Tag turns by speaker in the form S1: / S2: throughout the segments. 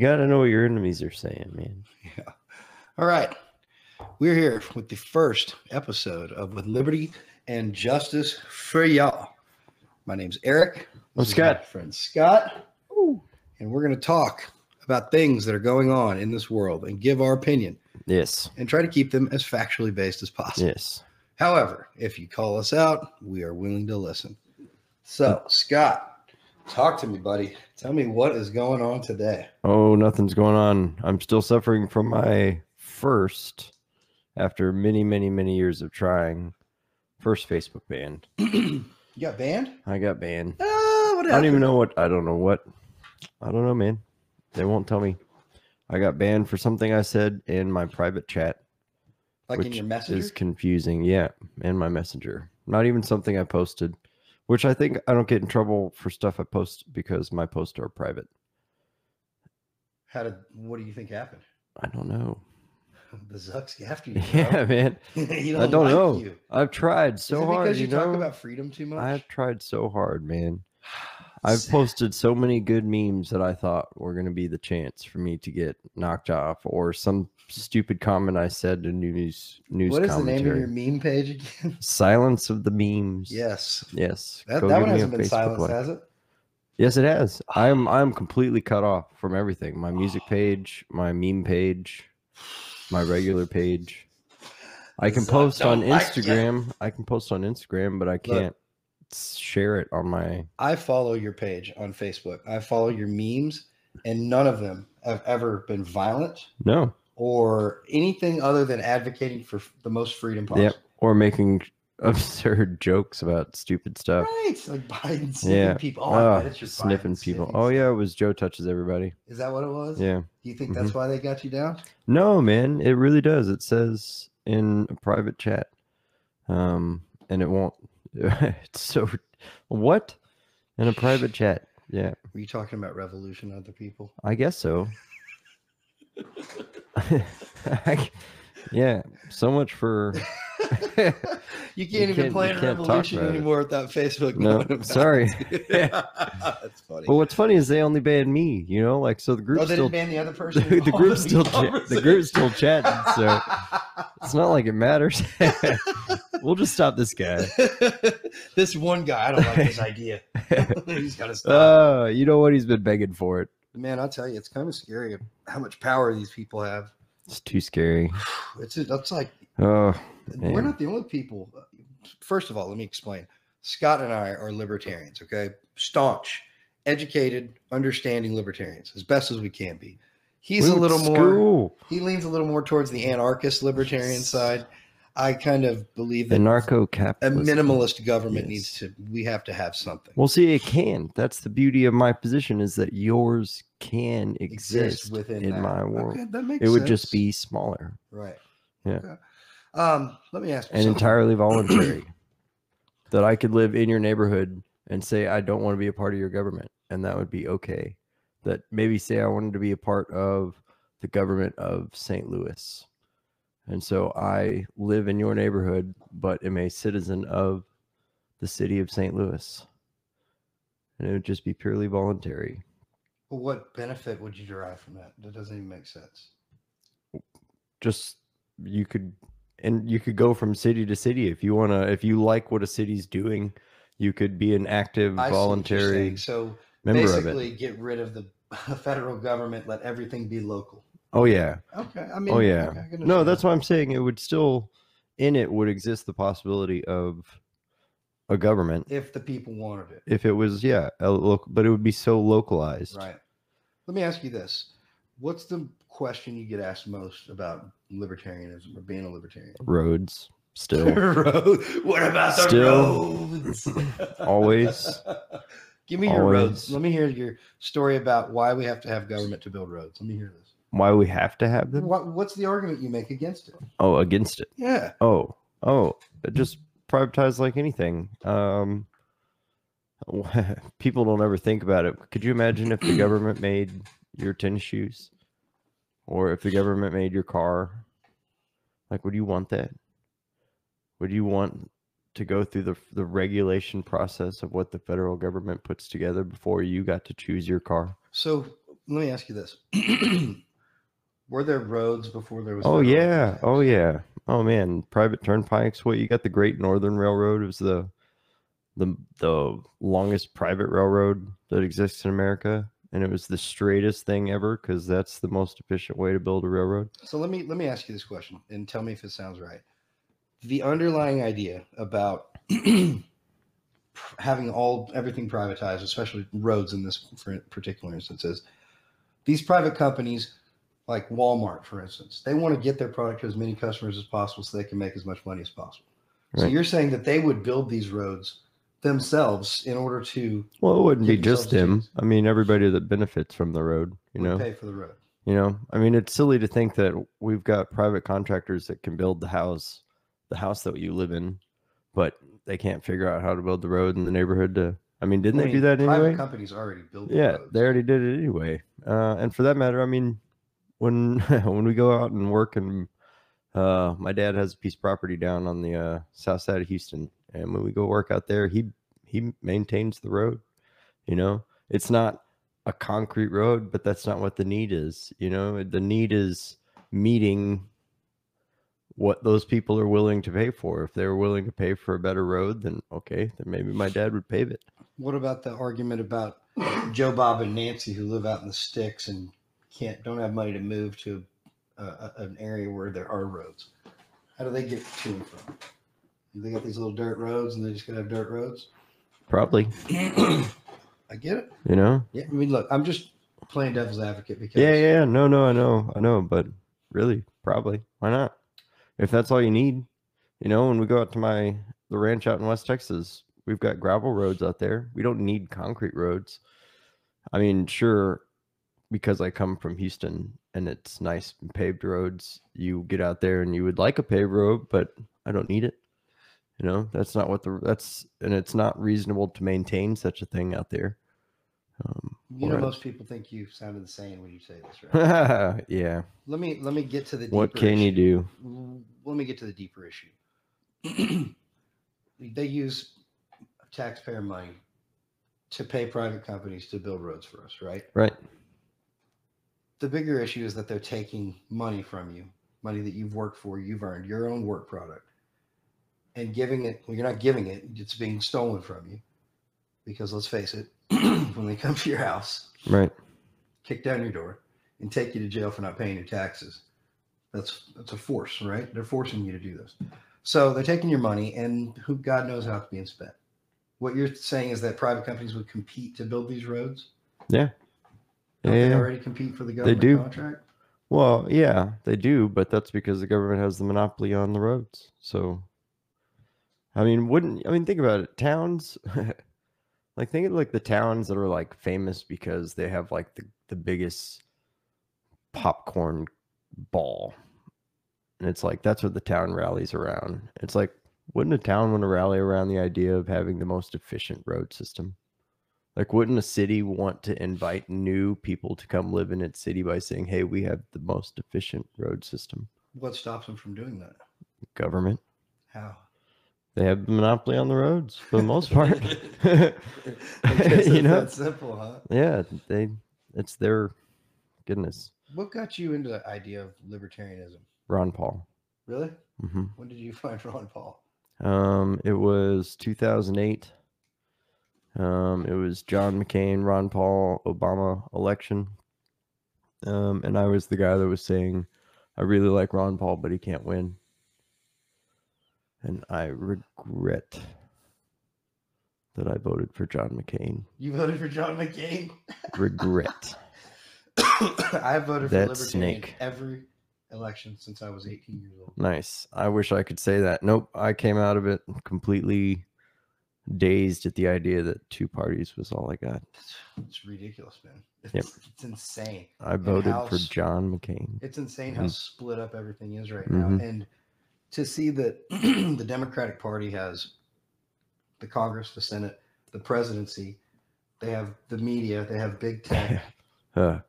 S1: got to know what your enemies are saying, man.
S2: All right. We're here with the first episode of With Liberty and Justice for Y'all. My name's Eric.
S1: I'm
S2: This is my
S1: Scott.
S2: friend Scott. And we're going to talk about things that are going on in this world and give our opinion
S1: Yes.
S2: and try to keep them as factually based as possible.
S1: Yes.
S2: However, if you call us out, we are willing to listen.
S1: Hmm.
S2: So, Scott, talk to me, buddy. Tell me what is going on today.
S1: Oh, nothing's going on. I'm still suffering from my first, after many, many, many years of trying, first Facebook ban.
S2: you got banned?
S1: I got banned.
S2: Oh, what
S1: I don't even know what. I don't know what. I don't know, man. They won't tell me. I got banned for something I said in my private chat.
S2: Like in
S1: which
S2: your messages.
S1: is confusing. Yeah, and my messenger. Not even something I posted, which I think I don't get in trouble for stuff I post because my posts are private.
S2: How did? What do you think happened?
S1: I don't know.
S2: The Zucks after you.
S1: Yeah, man.
S2: bro. He
S1: I don't
S2: like
S1: know.
S2: You.
S1: I've tried so
S2: Is it
S1: hard.
S2: because
S1: You,
S2: you,
S1: know,
S2: talk about freedom too much?
S1: I've tried so hard, man. I've
S2: Sad.
S1: posted so many good memes that I thought were going to be the chance for me to get knocked off, or some stupid comment I said in news news
S2: What is the
S1: commentary.
S2: name of your meme page again?
S1: Silence of the memes.
S2: yes.
S1: Yes.
S2: That,
S1: Go
S2: that
S1: give me
S2: one
S1: a
S2: hasn't been
S1: Facebook
S2: silenced,
S1: like.
S2: has it?
S1: Yes, it has. I'm I'm completely cut off from everything. My music page, my meme page, my regular page. I can
S2: Zuck
S1: post on
S2: don't like ya.
S1: Instagram. I can post on Instagram, but I can't s- share it on my
S2: I follow your page on Facebook. I follow your memes, and none of them have ever been violent
S1: no
S2: or anything other than advocating for f- the most freedom possible.
S1: Yep. or making absurd jokes about stupid stuff.
S2: Right, like Biden sniffing
S1: Yeah.
S2: people. Oh, I
S1: Ugh,
S2: bet it's your
S1: sniffing
S2: Biden
S1: people.
S2: sniffing
S1: Oh
S2: stuff.
S1: yeah, it was Joe touches everybody.
S2: Is that what it was?
S1: Yeah. Mm-hmm.
S2: Do you think that's why they got you down?
S1: No, man, it really does. It says in a private chat. Um, and it won't. it's so what in a private chat? Yeah,
S2: Were you talking about revolution, other people?
S1: I guess so. I- yeah, so much for.
S2: you can't even
S1: can't-
S2: play
S1: you
S2: in
S1: can't talk
S2: revolution
S1: about it.
S2: anymore without Facebook.
S1: no,
S2: knowing about
S1: sorry.
S2: it. that's funny.
S1: But what's funny is they only banned me. You know, like so the
S2: oh,
S1: group
S2: they
S1: still
S2: didn't ban the other person.
S1: the, the
S2: involved
S1: group
S2: in
S1: still cha- the group still chatting. So it's not like it matters. we'll just stop this guy.
S2: conversation. this one guy, I don't like his idea. He's got to stop.
S1: Oh, you know what? He's been begging for it.
S2: Man, I'll tell you, it's kind of scary how much power these people have.
S1: It's too scary.
S2: It's that's like
S1: Oh,
S2: We're
S1: Man.
S2: not the only people. uh, First of all, let me explain. Scott and I are libertarians, okay? Staunch, educated, understanding libertarians as best as we can be. He's
S1: we
S2: a
S1: went to
S2: little more,
S1: school.
S2: he leans a little more towards the anarchist libertarian
S1: Yes.
S2: side. I kind of believe
S1: the
S2: that
S1: narco
S2: a
S1: capitalist.
S2: minimalist government
S1: Yes.
S2: needs to, we have to have something.
S1: Well, see, it can. That's the beauty of my position is that yours can exist,
S2: within
S1: in
S2: that.
S1: my world.
S2: Okay, that makes
S1: It would
S2: sense.
S1: just be smaller
S2: right.
S1: Yeah.
S2: Okay. Um, let me ask you
S1: and
S2: something.
S1: entirely voluntary. that I could live in your neighborhood and say I don't want to be a part of your government, and that would be okay. That maybe say I wanted to be a part of the government of St. Louis, and so I live in your neighborhood, but am a citizen of the city of St. Louis, and it would just be purely voluntary.
S2: Well, what benefit would you derive from that? That doesn't even make sense.
S1: Just you could, and you could go from city to city if you wanna. If you like what a city's doing, you could be an active
S2: I see what you're saying.
S1: voluntary.
S2: So
S1: member of it.
S2: basically, get rid of the federal government, let everything be local.
S1: Oh yeah.
S2: Okay, I mean,
S1: oh yeah.
S2: okay, I can
S1: no,
S2: understand
S1: that's
S2: that.
S1: why I'm saying it would still in it would exist the possibility of a government
S2: if the people wanted it,
S1: if it was yeah, a local, but it would be so localized.
S2: right? Let me ask you this: What's the question you get asked most about libertarianism or being a libertarian?
S1: Roads still
S2: Road. What about the
S1: Still.
S2: roads?
S1: Always.
S2: Give me your roads.
S1: Always.
S2: Let me hear your story about why we have to have government to build roads. Let me hear this.
S1: why we have to have them?
S2: What, what's the argument you make against it?
S1: Oh, against it.
S2: Yeah.
S1: Oh, oh, it just privatized like anything. Um, people don't ever think about it. Could you imagine if the government made your tennis shoes, or if the government made your car? Like, would you want that? Would you want to go through the the regulation process of what the federal government puts together before you got to choose your car?
S2: So let me ask you this: Were there roads before there was?
S1: Oh
S2: federal
S1: yeah.
S2: roads?
S1: Oh yeah. Oh man. Private turnpikes. What you got? The Great Northern Railroad is the the the longest private railroad that exists in America, and it was the straightest thing ever because that's the most efficient way to build a railroad.
S2: So let me let me ask you this question and tell me if it sounds right. The underlying idea about having all everything privatized, especially roads in this fr- particular instance, is these private companies like Walmart, for instance, they want to get their product to as many customers as possible so they can make as much money as possible. So
S1: Right.
S2: you're saying that they would build these roads themselves in order to
S1: Well, it wouldn't be
S2: Give
S1: just
S2: yourselves a
S1: him.
S2: chance.
S1: I mean, everybody that benefits from the road. You
S2: would
S1: know.
S2: pay for the road.
S1: You know, I mean, it's silly to think that we've got private contractors that can build the house, the house that you live in, but they can't figure out how to build the road in the neighborhood. To, I mean, didn't
S2: I
S1: they
S2: mean,
S1: do that
S2: private
S1: anyway?
S2: companies already build.
S1: Yeah,
S2: roads.
S1: they already did it anyway. Uh, and for that matter, I mean, when when we go out and work, and uh, my dad has a piece of property down on the uh, south side of Houston, and when we go work out there, he he maintains the road. You know, it's not a concrete road, but that's not what the need is. You know, the need is meeting what those people are willing to pay for. If they were willing to pay for a better road, then okay, then maybe my dad would pave it.
S2: What about the argument about Joe Bob and Nancy who live out in the sticks and can't don't have money to move to a, a, an area where there are roads? How do they get to and from? They got these little dirt roads and they just gotta have dirt roads.
S1: Probably,
S2: I get it.
S1: you know.
S2: Yeah, I mean, look, I'm just playing devil's advocate because
S1: Yeah, yeah, no, no, I know, I know, but really, probably, why not? If that's all you need, you know, when we go out to my the ranch out in West Texas, we've got gravel roads out there. We don't need concrete roads. I mean, sure, because I come from Houston and it's nice and paved roads. You get out there and you would like a paved road, but I don't need it. You know, that's not what the that's and it's not reasonable to maintain such a thing out there. Um,
S2: you know
S1: Right.
S2: most people think you sound insane when you say this, right?
S1: yeah.
S2: let me let me get to the
S1: What
S2: deeper
S1: can you
S2: issue.
S1: do?
S2: l- let me get to the deeper issue. they use taxpayer money to pay private companies to build roads for us, right?
S1: Right.
S2: The bigger issue is that they're taking money from you, money that you've worked for, you've earned your own work product, and giving it. Well, you're not giving it; it's being stolen from you. Because let's face it, when they come to your house,
S1: Right.
S2: kick down your door and take you to jail for not paying your taxes. That's that's a force, right? They're forcing you to do this. So they're taking your money and who God knows how it's being spent. What you're saying is that private companies would compete to build these roads? Don't they
S1: Yeah.
S2: already compete for the government
S1: do.
S2: contract?
S1: Well, yeah, they do, but that's because the government has the monopoly on the roads. So, I mean, wouldn't I mean? Think about it. Towns, like think of like the towns that are like famous because they have like the the biggest popcorn ball, and it's like that's what the town rallies around. It's like, wouldn't a town want to rally around the idea of having the most efficient road system? Like, wouldn't a city want to invite new people to come live in its city by saying, hey, we have the most efficient road system?
S2: What stops them from doing that?
S1: Government.
S2: How?
S1: They have the monopoly on the roads for the most part.
S2: I guess
S1: You
S2: it's
S1: know?
S2: that simple, huh?
S1: yeah, they it's their goodness.
S2: What got you into the idea of libertarianism?
S1: Ron Paul.
S2: Really?
S1: hmm
S2: When did you find Ron Paul?
S1: Um, it was 2008. Um, it was John McCain, Ron Paul, Obama election. Um, and I was the guy that was saying, I really like Ron Paul, but he can't win. And I regret that I voted for John McCain.
S2: You voted for John McCain?
S1: Regret.
S2: I voted for
S1: That
S2: Libertarian
S1: snake.
S2: every election since I was 18 years old.
S1: nice. I wish I could say that. Nope. I came out of it completely dazed at the idea that two parties was all I got.
S2: It's, it's ridiculous, man. It's,
S1: Yep.
S2: it's insane.
S1: I voted for
S2: House-
S1: John McCain.
S2: It's insane how
S1: Mhm.
S2: split up everything is right
S1: Mhm.
S2: now. And to see that the Democratic Party has the Congress, the Senate, the presidency, they have the media, they have big tech.
S1: Uh,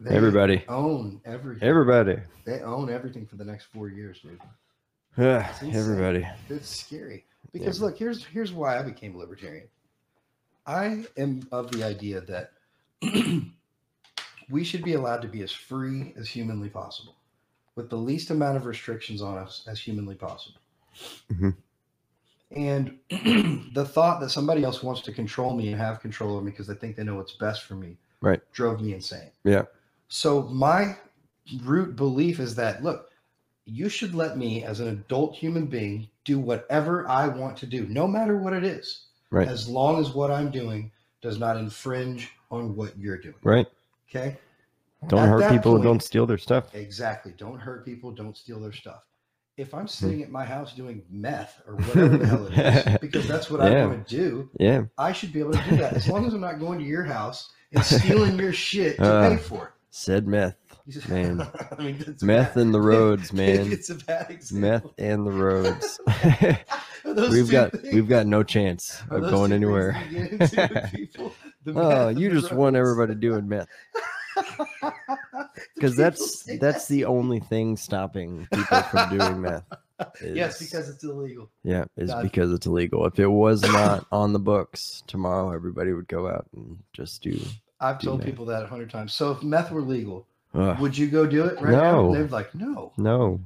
S2: They
S1: everybody,
S2: own everything.
S1: everybody,
S2: They own everything for the next four years, dude.
S1: Ugh,
S2: insane.
S1: everybody.
S2: It's scary because look, here's here's why I became a libertarian. I am of the idea that we should be allowed to be as free as humanly possible with the least amount of restrictions on us as humanly possible.
S1: Mhm.
S2: And the thought that somebody else wants to control me and have control of me because they think they know what's best for me
S1: Right.
S2: drove me insane.
S1: Yeah.
S2: So my root belief is that look, you should let me as an adult human being do whatever I want to do, no matter what it is.
S1: Right.
S2: As long as what I'm doing does not infringe on what you're doing.
S1: Right.
S2: Okay?
S1: Don't
S2: At
S1: hurt
S2: that
S1: people.
S2: point-
S1: Don't steal their stuff.
S2: Exactly. Don't hurt people. Don't steal their stuff. If I'm sitting
S1: Hmm.
S2: at my house doing meth or whatever the hell it is, because that's what I
S1: Yeah.
S2: want to do,
S1: Yeah.
S2: I should be able to do that as long as I'm not going to your house and stealing your shit to
S1: Uh,
S2: pay for it.
S1: Said meth.
S2: You just-
S1: man.
S2: I mean, that's a
S1: Meth
S2: bad-
S1: and the roads, man.
S2: It's a bad
S1: Meth
S2: example.
S1: and the roads.
S2: Those
S1: we've
S2: two
S1: got
S2: things-
S1: we've got no chance
S2: are
S1: of
S2: those
S1: going
S2: two things
S1: anywhere.
S2: that you get into with people? The meth
S1: Oh,
S2: and
S1: you
S2: the
S1: just want
S2: roads.
S1: everybody doing meth
S2: The
S1: because
S2: people
S1: that's
S2: say
S1: that's the only thing stopping people from doing meth.
S2: that. yes,
S1: is-
S2: because it's illegal.
S1: yeah, is
S2: God.
S1: because it's illegal. If it was not on the books tomorrow, everybody would go out and just do.
S2: I've
S1: do
S2: told
S1: meth.
S2: people that a hundred times. So if meth were legal,
S1: Ugh,
S2: would you go do it right now?
S1: No.
S2: They're like, no.
S1: no,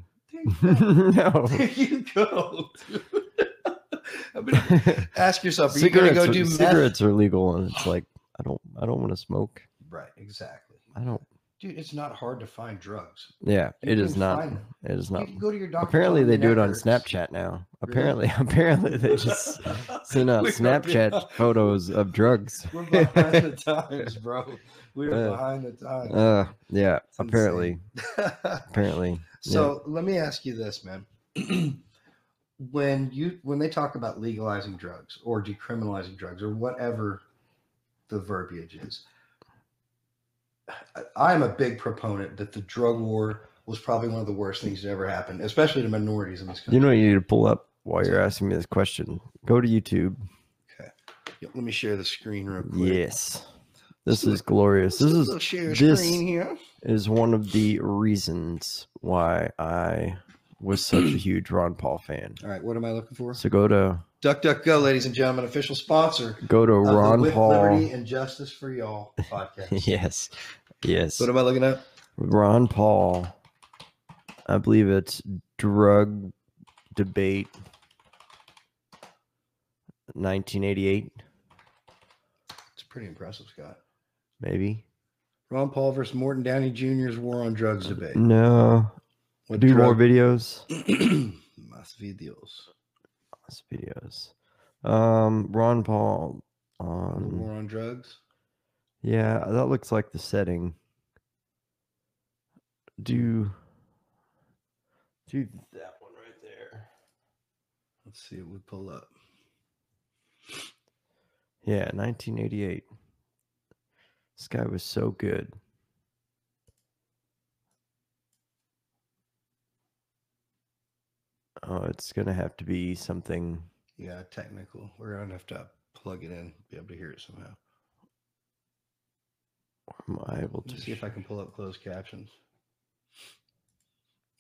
S2: There you go.
S1: no.
S2: There you go. dude. I mean, ask yourself, are
S1: cigarettes,
S2: you
S1: are-
S2: going to go do meth?
S1: cigarettes are legal, and it's like I don't I don't want to smoke.
S2: Right, exactly.
S1: I don't.
S2: Dude, it's not hard to find drugs.
S1: Yeah,
S2: You
S1: it
S2: can
S1: is not.
S2: find them.
S1: It is
S2: you
S1: not.
S2: can go to your doctor. tell
S1: Apparently,
S2: them
S1: they
S2: your
S1: do it on
S2: neck hurts.
S1: Snapchat now.
S2: Really?
S1: Apparently, apparently they just send out
S2: We're
S1: Snapchat
S2: behind-
S1: photos of drugs.
S2: We're behind the times, bro. We're
S1: Uh,
S2: behind the times.
S1: Uh, yeah.
S2: It's insane.
S1: Apparently, uh, apparently.
S2: so let me ask you this, man. when you when they talk about legalizing drugs or decriminalizing drugs or whatever the verbiage is, I- I'm a big proponent that the drug war was probably one of the worst things that ever happened, especially to minorities in this country.
S1: You know, what you need to pull up while you're asking me this question. Go to YouTube.
S2: let me share the screen real quick.
S1: Yes, this is glorious. This is
S2: I'll share
S1: this-
S2: screen here.
S1: is one of the reasons why I was such a huge Ron Paul fan.
S2: All right, what am I looking for?
S1: So go to
S2: Duck, duck, go, ladies and gentlemen. Official sponsor
S1: go to
S2: of the
S1: Ron
S2: With
S1: Paul.
S2: Liberty and Justice for Y'all podcast.
S1: Yes, yes.
S2: What am I looking at?
S1: Ron Paul, I believe it's drug debate 1988,
S2: It's pretty impressive, Scott.
S1: maybe.
S2: Ron Paul versus Morton Downey Jr.'s war on drugs debate.
S1: No,
S2: What
S1: Mm, do more videos.
S2: video. Más videos.
S1: Lots of videos. Um, Ron Paul
S2: The
S1: on,
S2: war on drugs.
S1: yeah, that looks like the setting. Do, do that one right there.
S2: Let's see what we pull up.
S1: Yeah, 1988. This guy was so good. Oh, it's going to have to be something.
S2: Yeah, technical. We're gonna have to plug it in, be able to hear it somehow.
S1: Am I able to?
S2: Let's see if
S1: sh-
S2: I can pull up closed captions.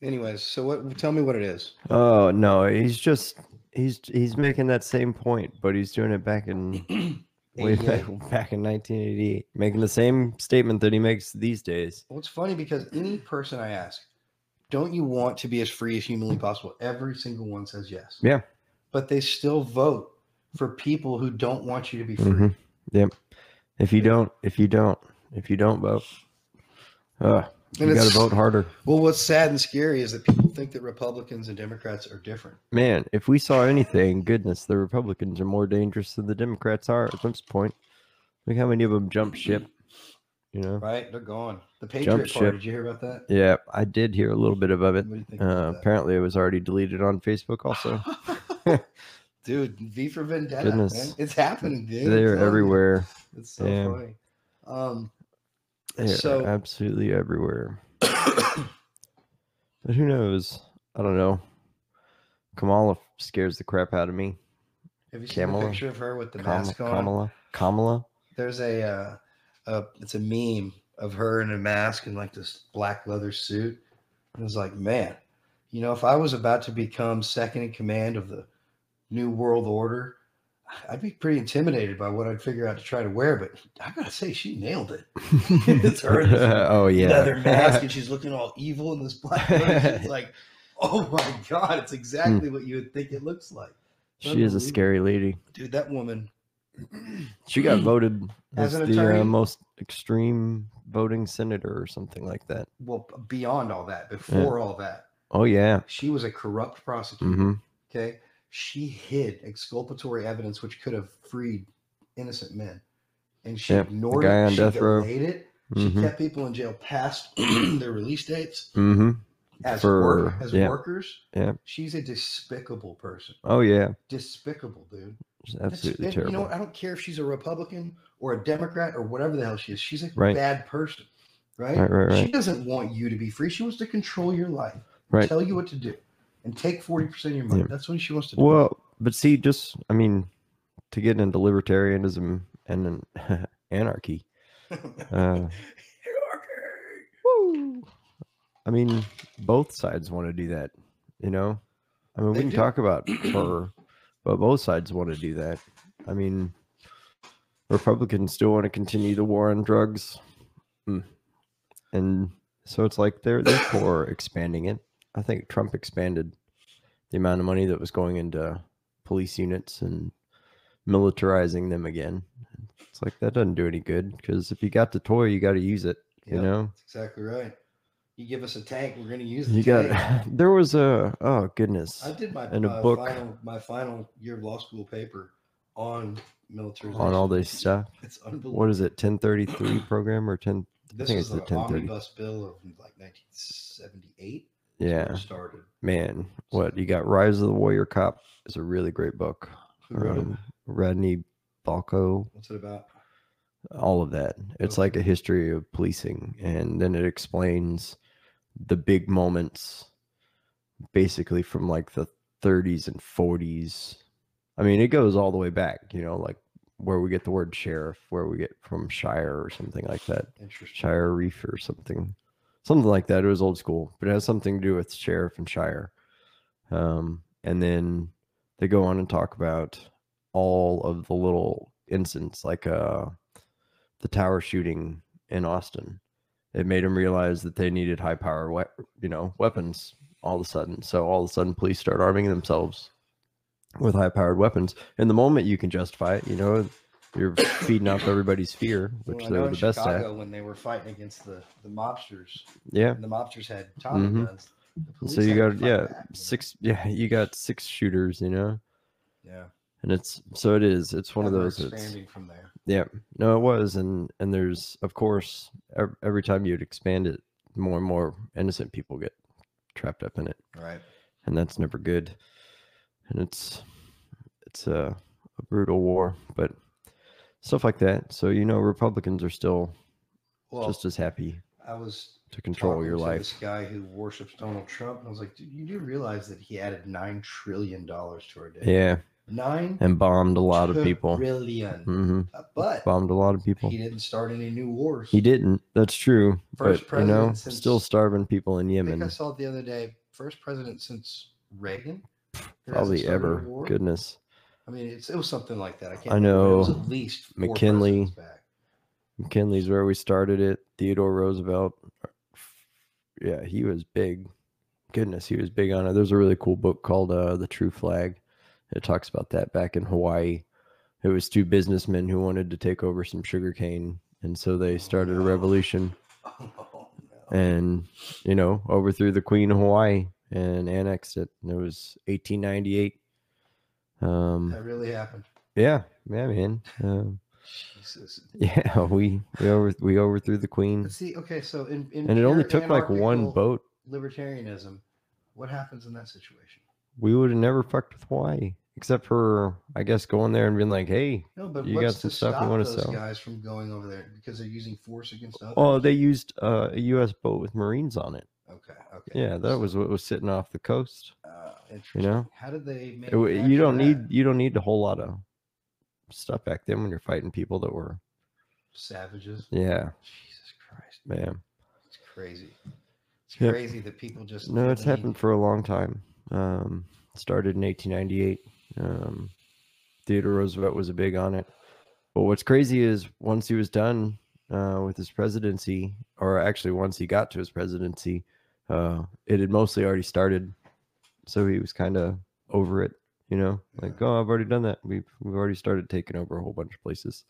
S2: Anyways, so what? Tell me what it is.
S1: Oh, no, he's just he's he's making that same point, but he's doing it back in way back,
S2: 88.
S1: back in 1988, making the same statement that he makes these days.
S2: Well, it's funny because any person I ask, don't you want to be as free as humanly possible? Every single one says yes.
S1: Yeah.
S2: But they still vote for people who don't want you to be free.
S1: Mhm. Yep. If you don't, if you don't, if you don't vote, uh,
S2: And
S1: you got
S2: it's
S1: to vote harder.
S2: well, what's sad and scary is that people think that Republicans and Democrats are different.
S1: Man, if we saw anything, goodness, the Republicans are more dangerous than the Democrats are at this point. Look how many of them jump ship. You know?
S2: Right? They're gone. The Patriot Party.
S1: ship.
S2: Did you hear about that?
S1: Yeah, I did hear a little bit about it.
S2: What do you think?
S1: Uh,
S2: about that?
S1: apparently, it was already deleted on Facebook. Also,
S2: dude, V for Vendetta.
S1: Goodness.
S2: Man. It's happening, dude. I'm
S1: they're
S2: telling you.
S1: everywhere.
S2: It's so
S1: Yeah.
S2: funny. Um,
S1: They're
S2: So-
S1: absolutely everywhere. But who knows? I don't know. Kamala f- scares the crap out of me.
S2: have you seen the
S1: Kamala.
S2: picture of her with the
S1: Kam-
S2: mask on?
S1: Kamala. Kamala.
S2: there's a, uh, a it's a meme of her in a mask and like this black leather suit. And it's like, man, you know, if I was about to become second in command of the new world order, I'd be pretty intimidated by what I'd figure out to try to wear, but I gotta say, she nailed it. It's her in this
S1: oh yeah.
S2: leather mask, and she's looking all evil in this black robe. It's like, oh my god, it's exactly what you would think it looks like.
S1: she is a scary lady.
S2: Dude, that woman.
S1: She got voted
S2: As
S1: as,
S2: an
S1: the uh,
S2: attorney?
S1: most extreme voting senator or something like that.
S2: well beyond all that. Before all that,
S1: Oh yeah.
S2: she was a corrupt prosecutor.
S1: hmm
S2: Okay. She hid exculpatory evidence which could have freed innocent men. And she
S1: Yeah, the
S2: ignored
S1: guy
S2: it.
S1: on
S2: she
S1: death row.
S2: delayed it. She
S1: hmm
S2: kept people in jail past their release dates
S1: hmm
S2: as
S1: For-
S2: work, as
S1: yeah.
S2: workers.
S1: Yeah.
S2: She's a despicable person.
S1: Oh yeah.
S2: Despicable, dude.
S1: It's
S2: That's-
S1: absolutely
S2: and
S1: terrible.
S2: You know what? I don't care if she's a Republican or a Democrat or whatever the hell she is. She's a
S1: Right.
S2: bad person. Right?
S1: Right, right,
S2: She doesn't want you to be free. She wants to control your life,
S1: Right.
S2: tell you what to do, and take 40% of your money.
S1: Yeah.
S2: That's what she wants to do.
S1: Well, but see, just I mean, to get into libertarianism and then anarchy. Uh, I mean, both sides want to do that, you know. I mean,
S2: They
S1: we can
S2: do.
S1: talk about her, but both sides want to do that. I mean, Republicans still want to continue the war on drugs, Mm. and so it's like they're they're for expanding it. I think Trump expanded the amount of money that was going into police units and militarizing them again. It's like that doesn't do any good because if you got the toy, you got to use it. You
S2: Yep.
S1: know,
S2: That's exactly right. You give us a tank, we're going to use the
S1: you
S2: tank.
S1: got. There was a oh goodness
S2: I did my
S1: and a
S2: uh,
S1: book.
S2: final my final year of law school paper on military
S1: on all this stuff.
S2: It's unbelievable.
S1: What is it? Ten thirty three program or ten?
S2: this
S1: think
S2: was
S1: it's the
S2: the
S1: 1030.
S2: omnibus bill of like 1978. is when it
S1: Yeah,
S2: started.
S1: man. What you got? Rise of the Warrior Cop is a really great book.
S2: Who wrote it?
S1: Um, Rodney Balco.
S2: What's it about?
S1: all of that. It's
S2: Okay.
S1: like a history of policing, and then it explains the big moments, basically from like the 30s and 40s. I mean, it goes all the way back, you know, like where we get the word sheriff, where we get from shire or something like that,
S2: Interesting.
S1: shire reef or something, something like that. It was old school, but it has something to do with sheriff and shire. Um, and then they go on and talk about all of the little incidents, like uh, the tower shooting in Austin. It made them realize that they needed high power, we- you know, weapons all of a sudden. So all of a sudden, police start arming themselves with high powered weapons. And the moment you can justify it, you know, you're feeding off everybody's fear, which
S2: Well, I know
S1: they're
S2: in
S1: the best
S2: Chicago
S1: at.
S2: when they were fighting against the, the mobsters,
S1: Yeah.
S2: and the mobsters had Tommy
S1: Mhm.
S2: guns. the
S1: And
S2: police
S1: So you
S2: had to
S1: got
S2: fight
S1: yeah
S2: back, you know?
S1: six yeah you got six shooters, you know,
S2: Yeah,
S1: and it's so it is. It's one of
S2: and we're
S1: those. That's,
S2: expanding from there.
S1: Yeah, no, it was, and and there's of course ev- every time you'd expand it, more and more innocent people get trapped up in it,
S2: Right.
S1: and that's never good. And it's it's a, a brutal war, but stuff like that. So you know, Republicans are still
S2: Well,
S1: just as happy
S2: I was
S1: to control
S2: talking
S1: your
S2: to
S1: life.
S2: This guy who worships Donald Trump, and I was like, dude, you do realize that he added nine trillion dollars to our debt.
S1: Yeah,
S2: Nine.
S1: and bombed a lot of people.
S2: Trillion.
S1: hmm
S2: Uh, But
S1: Bombed a lot of people.
S2: he didn't start any new wars.
S1: He didn't. That's true.
S2: First
S1: but you know,
S2: president since-
S1: still starving people in
S2: I think I
S1: Yemen,
S2: saw it the other day. First president since Reagan. that hasn't
S1: probably
S2: started a
S1: ever.
S2: war.
S1: Goodness.
S2: I mean, it's, it was something like that. I can't.
S1: I
S2: remember, but It was
S1: know
S2: at least four
S1: McKinley.
S2: presidents Back.
S1: McKinley's where we started it. Theodore Roosevelt. Yeah, he was big. Goodness, he was big on it. There's a really cool book called uh, The True Flag. It talks about that back in Hawaii. It was two businessmen who wanted to take over some sugarcane. And so they started a
S2: no.
S1: revolution
S2: Oh, no.
S1: and, you know, overthrew the Queen of Hawaii and annexed it. And it was 1898. Um,
S2: That really happened.
S1: yeah, yeah, man. Um,
S2: Jesus.
S1: yeah, we we over we overthrew the Queen.
S2: But see, okay, so in, in
S1: Hmm. and it only
S2: pure
S1: took like one
S2: anarchical
S1: boat.
S2: Libertarianism. What happens in that situation?
S1: We would have never fucked with Hawaii, except for I guess going there and being like, "Hey,
S2: No, but
S1: You
S2: what's
S1: got some
S2: to
S1: stuff you
S2: stop
S1: wanna
S2: those
S1: sell?
S2: guys from going over there because they're using force against others?
S1: oh, they used uh, a U.S. boat with Marines on it."
S2: okay, okay.
S1: Yeah, that was what was sitting off the coast.
S2: uh, interesting.
S1: You know,
S2: How did they
S1: It
S2: make?
S1: w- you don't need you don't need a whole lot of stuff back then when you're fighting people that were
S2: savages.
S1: yeah
S2: Jesus Christ,
S1: man.
S2: it's crazy. It's
S1: Yep.
S2: crazy that people just
S1: No, it's
S2: believe-
S1: happened for a long time. Um, started in 1898. Um, Theodore Roosevelt was a big on it. But what's crazy is once he was done uh, with his presidency, or actually once he got to his presidency, uh, it had mostly already started. So he was kind of over it, you know, like, oh, I've already done that. We've, we've already started taking over a whole bunch of places.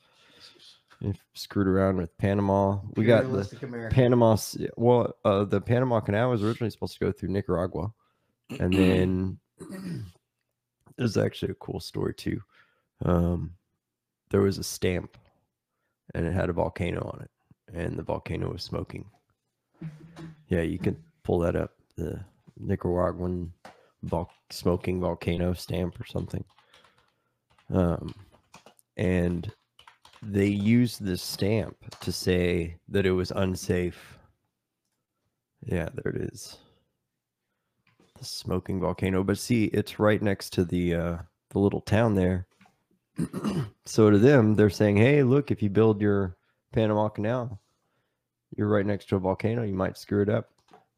S1: And screwed around with Panama. We got the
S2: Imperialistic America.
S1: Panama. C- Well, uh, the Panama Canal was originally supposed to go through Nicaragua, and then there's actually a cool story too. Um, there was a stamp, and it had a volcano on it, and the volcano was smoking. Yeah, you can pull that up. The Nicaraguan vol- smoking volcano stamp or something. Um, and they used this stamp to say that it was unsafe. Yeah, there it is. The smoking volcano. But see, it's right next to the uh, the little town there. so to them, they're saying, "Hey, look, if you build your Panama Canal, you're right next to a volcano. You might screw it up."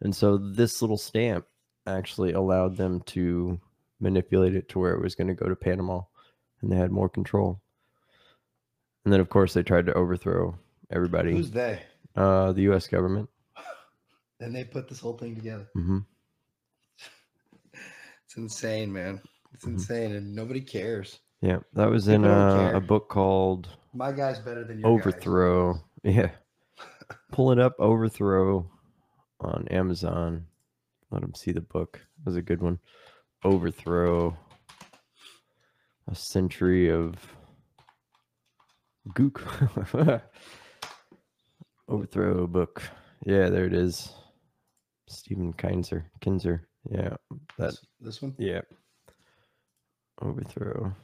S1: And so this little stamp actually allowed them to manipulate it to where it was going to go to Panama, and they had more control. And then, of course, they tried to overthrow everybody.
S2: Who's they?
S1: Uh, the U.S. government.
S2: And they put this whole thing together.
S1: hmm
S2: It's insane, man. It's
S1: Mhm.
S2: insane, and nobody cares.
S1: Yeah, that was in
S2: People don't
S1: uh,
S2: care.
S1: a book called
S2: My guy's better than your guy.
S1: Overthrow. Yeah, pull it up. Overthrow on Amazon. Let them see the book. That was a good one. Overthrow. A century of gook. Overthrow book. Yeah, there it is. Stephen Kinzer. Kinzer. Yeah, that
S2: This, this one.
S1: Yeah. Overthrow.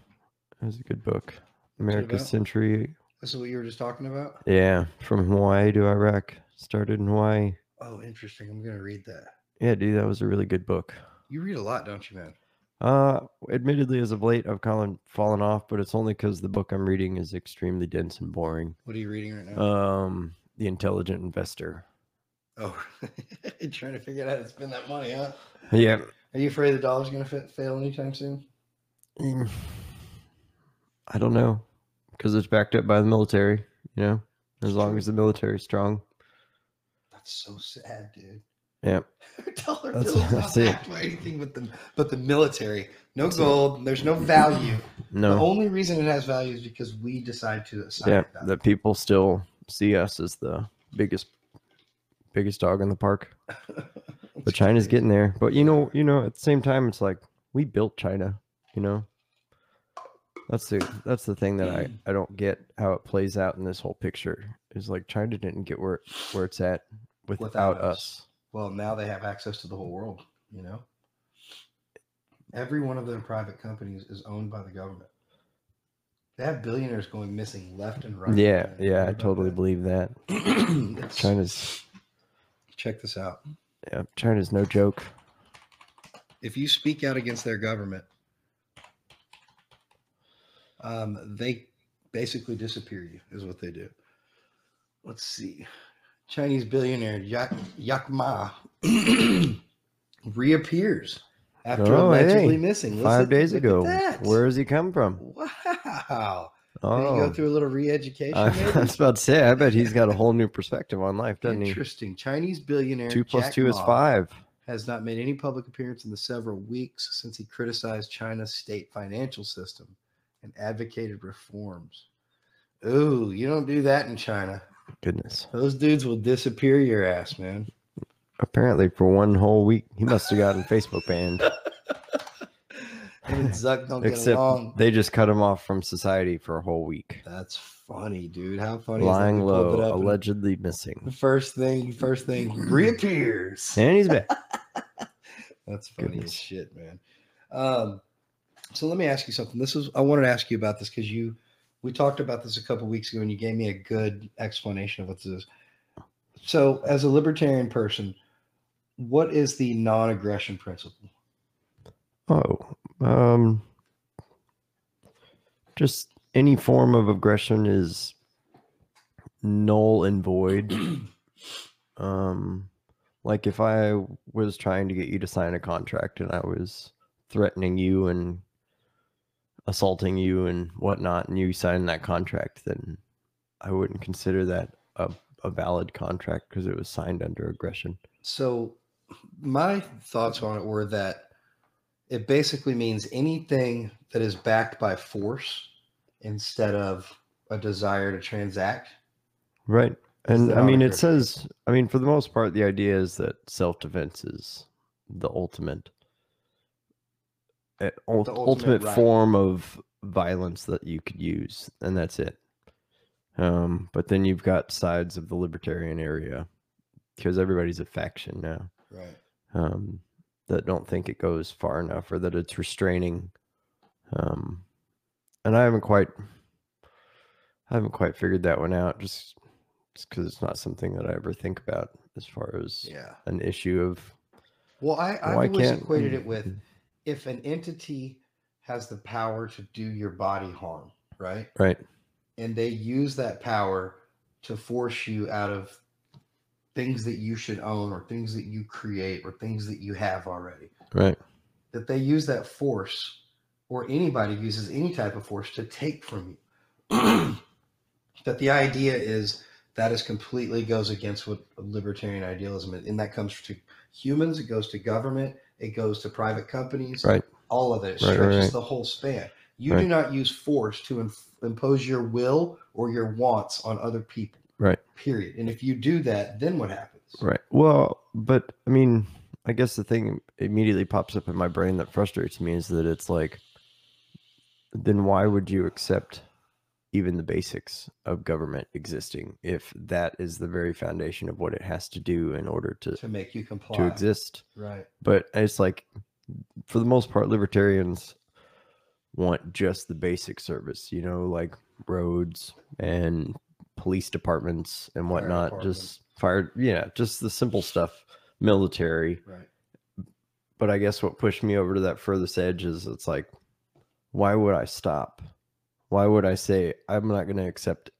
S1: That was a good book.
S2: What's it
S1: America's
S2: about?
S1: Century.
S2: This is what you were just talking about.
S1: Yeah. From Hawaii to Iraq. Started in Hawaii.
S2: Oh, interesting. I'm gonna read that.
S1: Yeah, dude, that was a really good book.
S2: You read a lot, don't you, man?
S1: Uh admittedly as of late I've kind of fallen off, but it's only because the book I'm reading is extremely dense and boring.
S2: What are you reading right now?
S1: Um The Intelligent Investor.
S2: oh, you're trying to figure out how to spend that money, huh?
S1: Yeah.
S2: Are you afraid the dollar's gonna fa- fail anytime soon?
S1: Mm. I don't know. Because it's backed up by the military, you know. As long
S2: True.
S1: as the military's strong.
S2: That's so sad, dude.
S1: Yeah.
S2: Dollar
S1: That's-
S2: bill's not
S1: that's it.
S2: backed by anything but the but the military. No
S1: That's it.
S2: gold. There's no value.
S1: No.
S2: The only reason it has value is because we decide to assign
S1: yeah
S2: it value.
S1: that people still see us as the biggest biggest dog in the park but
S2: It's
S1: china's
S2: crazy.
S1: getting there but you know you know at the same time it's like we built china you know that's the that's the thing that
S2: Mm.
S1: i i don't get how it plays out in this whole picture is like china didn't get where where it's at without,
S2: Without us.
S1: us,
S2: Well, now they have access to the whole world, you know? Every one of their private companies is owned by the government. They have billionaires going missing left and right.
S1: yeah
S2: man.
S1: yeah i
S2: Think about
S1: totally believe that
S2: that. It's-
S1: china's
S2: Check this out.
S1: yeah china's no joke
S2: If you speak out against their government, um, they basically disappear you, is what they do. Let's see. Chinese billionaire Yak, Yak Ma reappears after
S1: Oh,
S2: allegedly
S1: hey.
S2: missing. Let's
S1: five
S2: look-
S1: days
S2: look at
S1: ago
S2: that.
S1: where has he come from
S2: Wow. Did he
S1: oh
S2: go through a little re education?
S1: I I was about to say, I bet he's got a whole new perspective on life, doesn't he?
S2: Interesting. Chinese billionaire
S1: Two plus
S2: Jack
S1: two is
S2: Ma
S1: five.
S2: has not made any public appearance in the several weeks since he criticized China's state financial system and advocated reforms. Ooh, you don't do that in China.
S1: Goodness.
S2: Those dudes will disappear your ass, man.
S1: Apparently, for one whole week, he must have gotten Facebook banned.
S2: Him and Zuck don't get
S1: Except
S2: along.
S1: they just cut him off from society for a whole week.
S2: That's funny, dude. How funny
S1: Lying
S2: is that? We pulled it
S1: low,
S2: up and
S1: allegedly
S2: the
S1: missing.
S2: First thing, first thing reappears.
S1: And he's back.
S2: That's funny as
S1: Goodness.
S2: shit, man. Um, so let me ask you something. This is I wanted to ask you about this because you we talked about this a couple weeks ago and you gave me a good explanation of what this is. So as a libertarian person, what is the non-aggression principle?
S1: Oh, um, just any form of aggression is null and void. um, like if I was trying to get you to sign a contract and I was threatening you and assaulting you and whatnot, and you sign that contract, then I wouldn't consider that a, a valid contract because it was signed under aggression.
S2: So my thoughts on it were that it basically means anything that is backed by force instead of a desire to transact.
S1: Right.
S2: is
S1: And
S2: the
S1: I mean, it
S2: non-aggression.
S1: says, I mean, for the most part, the idea is that self defense is the ultimate, uh, ul-
S2: The ultimate
S1: ultimate,
S2: right.
S1: form of violence that you could use, and that's it. Um, but then you've got sides of the libertarian area because everybody's a faction now
S2: Right.
S1: um, that don't think it goes far enough or that it's restraining. Um, and I haven't quite, I haven't quite figured that one out. Just because it's not something that I ever think about as far as
S2: Yeah.
S1: an issue of
S2: Well, I, I
S1: why
S2: always
S1: can't
S2: equated it with if an entity has the power to do your body harm, right?
S1: right,
S2: And they use that power to force you out of things that you should own or things that you create or things that you have already.
S1: right,
S2: That they use that force or anybody uses any type of force to take from you. that the idea is that is completely goes against what libertarian idealism is. And that comes to humans, it goes to government, it goes to private companies
S1: right,
S2: all of it. It
S1: Right, right,
S2: stretches
S1: right.
S2: the whole span. You do
S1: Right.
S2: not use force to im- impose your will or your wants on other people.
S1: Right.
S2: Period. And if you do that, then what happens?
S1: right. Well, but I mean, I guess the thing immediately pops up in my brain that frustrates me is that it's like, then why would you accept even the basics of government existing if that is the very foundation of what it has to do in order to
S2: To make you comply.
S1: to exist
S2: Right.
S1: but it's like for the most part libertarians want just the basic service you know like roads and police departments and whatnot
S2: department.
S1: just fire yeah just the simple stuff military
S2: Right.
S1: but I guess what pushed me over to that furthest edge is it's like, why would I stop? Why would I say I'm not going to accept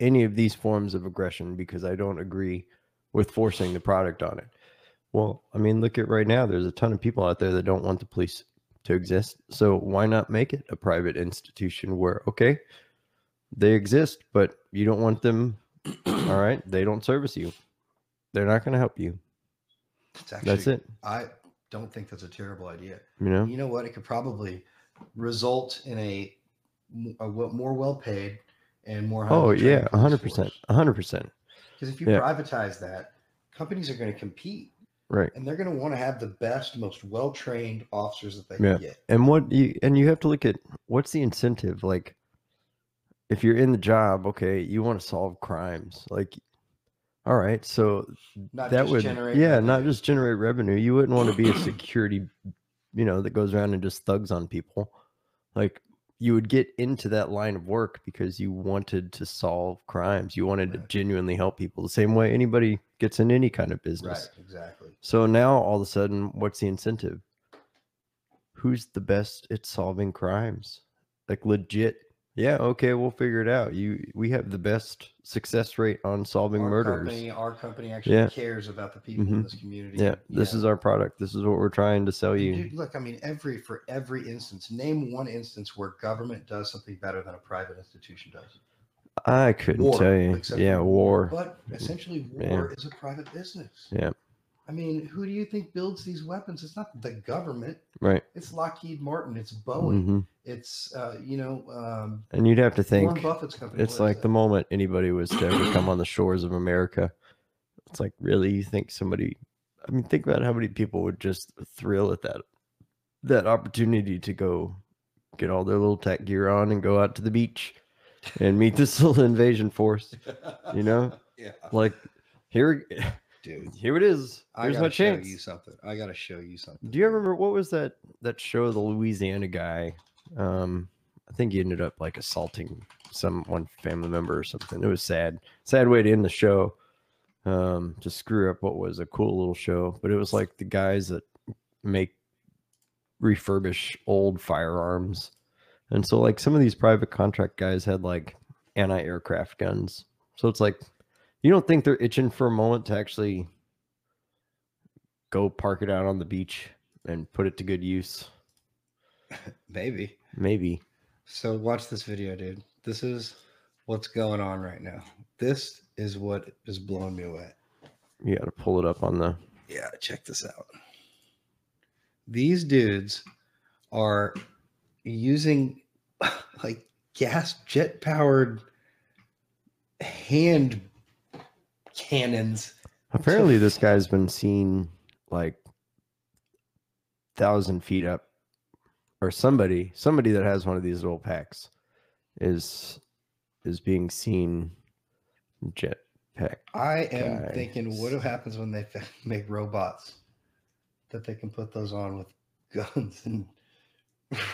S1: any of these forms of aggression because I don't agree with forcing the product on it? Well, I mean, look at right now, there's a ton of people out there that don't want the police to exist. So why not make it a private institution where, okay, they exist, but you don't want them. All right. They don't service you, they're not going to help you.
S2: It's actually,
S1: That's it.
S2: I don't think that's a terrible idea.
S1: You know?
S2: You know what? It could probably result in a, a wel- more well paid and more.
S1: Oh, yeah. 100%. 100%.
S2: Because if you
S1: Yeah.
S2: privatize that, companies are going to compete
S1: Right.
S2: and they're going to want to have the best, most well trained officers that they
S1: Yeah.
S2: can get.
S1: and what you and you have to look at what's the incentive like if you're in the job okay you want to solve crimes like all right so
S2: Not
S1: that
S2: just
S1: would
S2: generate
S1: yeah
S2: revenue.
S1: not just generate revenue you wouldn't want to be a security you know that goes around and just thugs on people like you would get into that line of work because you wanted to solve crimes you wanted to
S2: Right.
S1: genuinely help people the same way anybody gets in any kind of business
S2: Right, exactly.
S1: so now all of a sudden, what's the incentive? Who's the best at solving crimes? Like legit. Yeah, okay, we'll figure it out. You we have the best success rate on solving
S2: our
S1: murders.
S2: Company, our company actually
S1: Yeah.
S2: cares about the people in
S1: Mhm.
S2: this community.
S1: Yeah, this is our product. This is what we're trying to sell you.
S2: Dude, look, I mean, every for every instance, name one instance where government does something better than a private institution does.
S1: I couldn't
S2: war,
S1: tell you.
S2: except
S1: Yeah,
S2: for
S1: war.
S2: But essentially, war
S1: Yeah.
S2: is a private business.
S1: Yeah.
S2: I mean, who do you think builds these weapons? It's not the government.
S1: Right.
S2: It's Lockheed Martin. It's Boeing.
S1: hmm
S2: It's uh, you know, um,
S1: And you'd have to
S2: Warren
S1: think
S2: Buffett's company.
S1: it's
S2: what is
S1: like the
S2: that?
S1: moment anybody was to ever come on the shores of America. It's like really you think somebody I mean think about how many people would just thrill at that that opportunity to go get all their little tech gear on and go out to the beach and meet this little invasion force. you know?
S2: yeah,
S1: Like here
S2: dude.
S1: here it is.
S2: I
S1: Here's
S2: gotta
S1: my
S2: show
S1: chance.
S2: you something. I gotta show you something.
S1: Do you remember what was that that show the Louisiana guy? Um I think he ended up like assaulting some one family member or something. It was sad. Sad way to end the show. Um to screw up what was a cool little show, but it was like the guys that make refurbish old firearms. And so like some of these private contract guys had like anti-aircraft guns. So it's like you don't think they're itching for a moment to actually go park it out on the beach and put it to good use.
S2: Maybe.
S1: Maybe.
S2: So watch this video, dude. This is what's going on right now. This is what is blowing me away.
S1: You got to pull it up on the.
S2: Yeah, check this out. These dudes are using like gas jet powered hand cannons.
S1: Apparently, this guy's been seen like thousand feet up, or somebody, somebody that has one of these little packs, is is being seen jet pack.
S2: I am
S1: Guys.
S2: thinking, what happens when they fa- make robots that they can put those on with guns and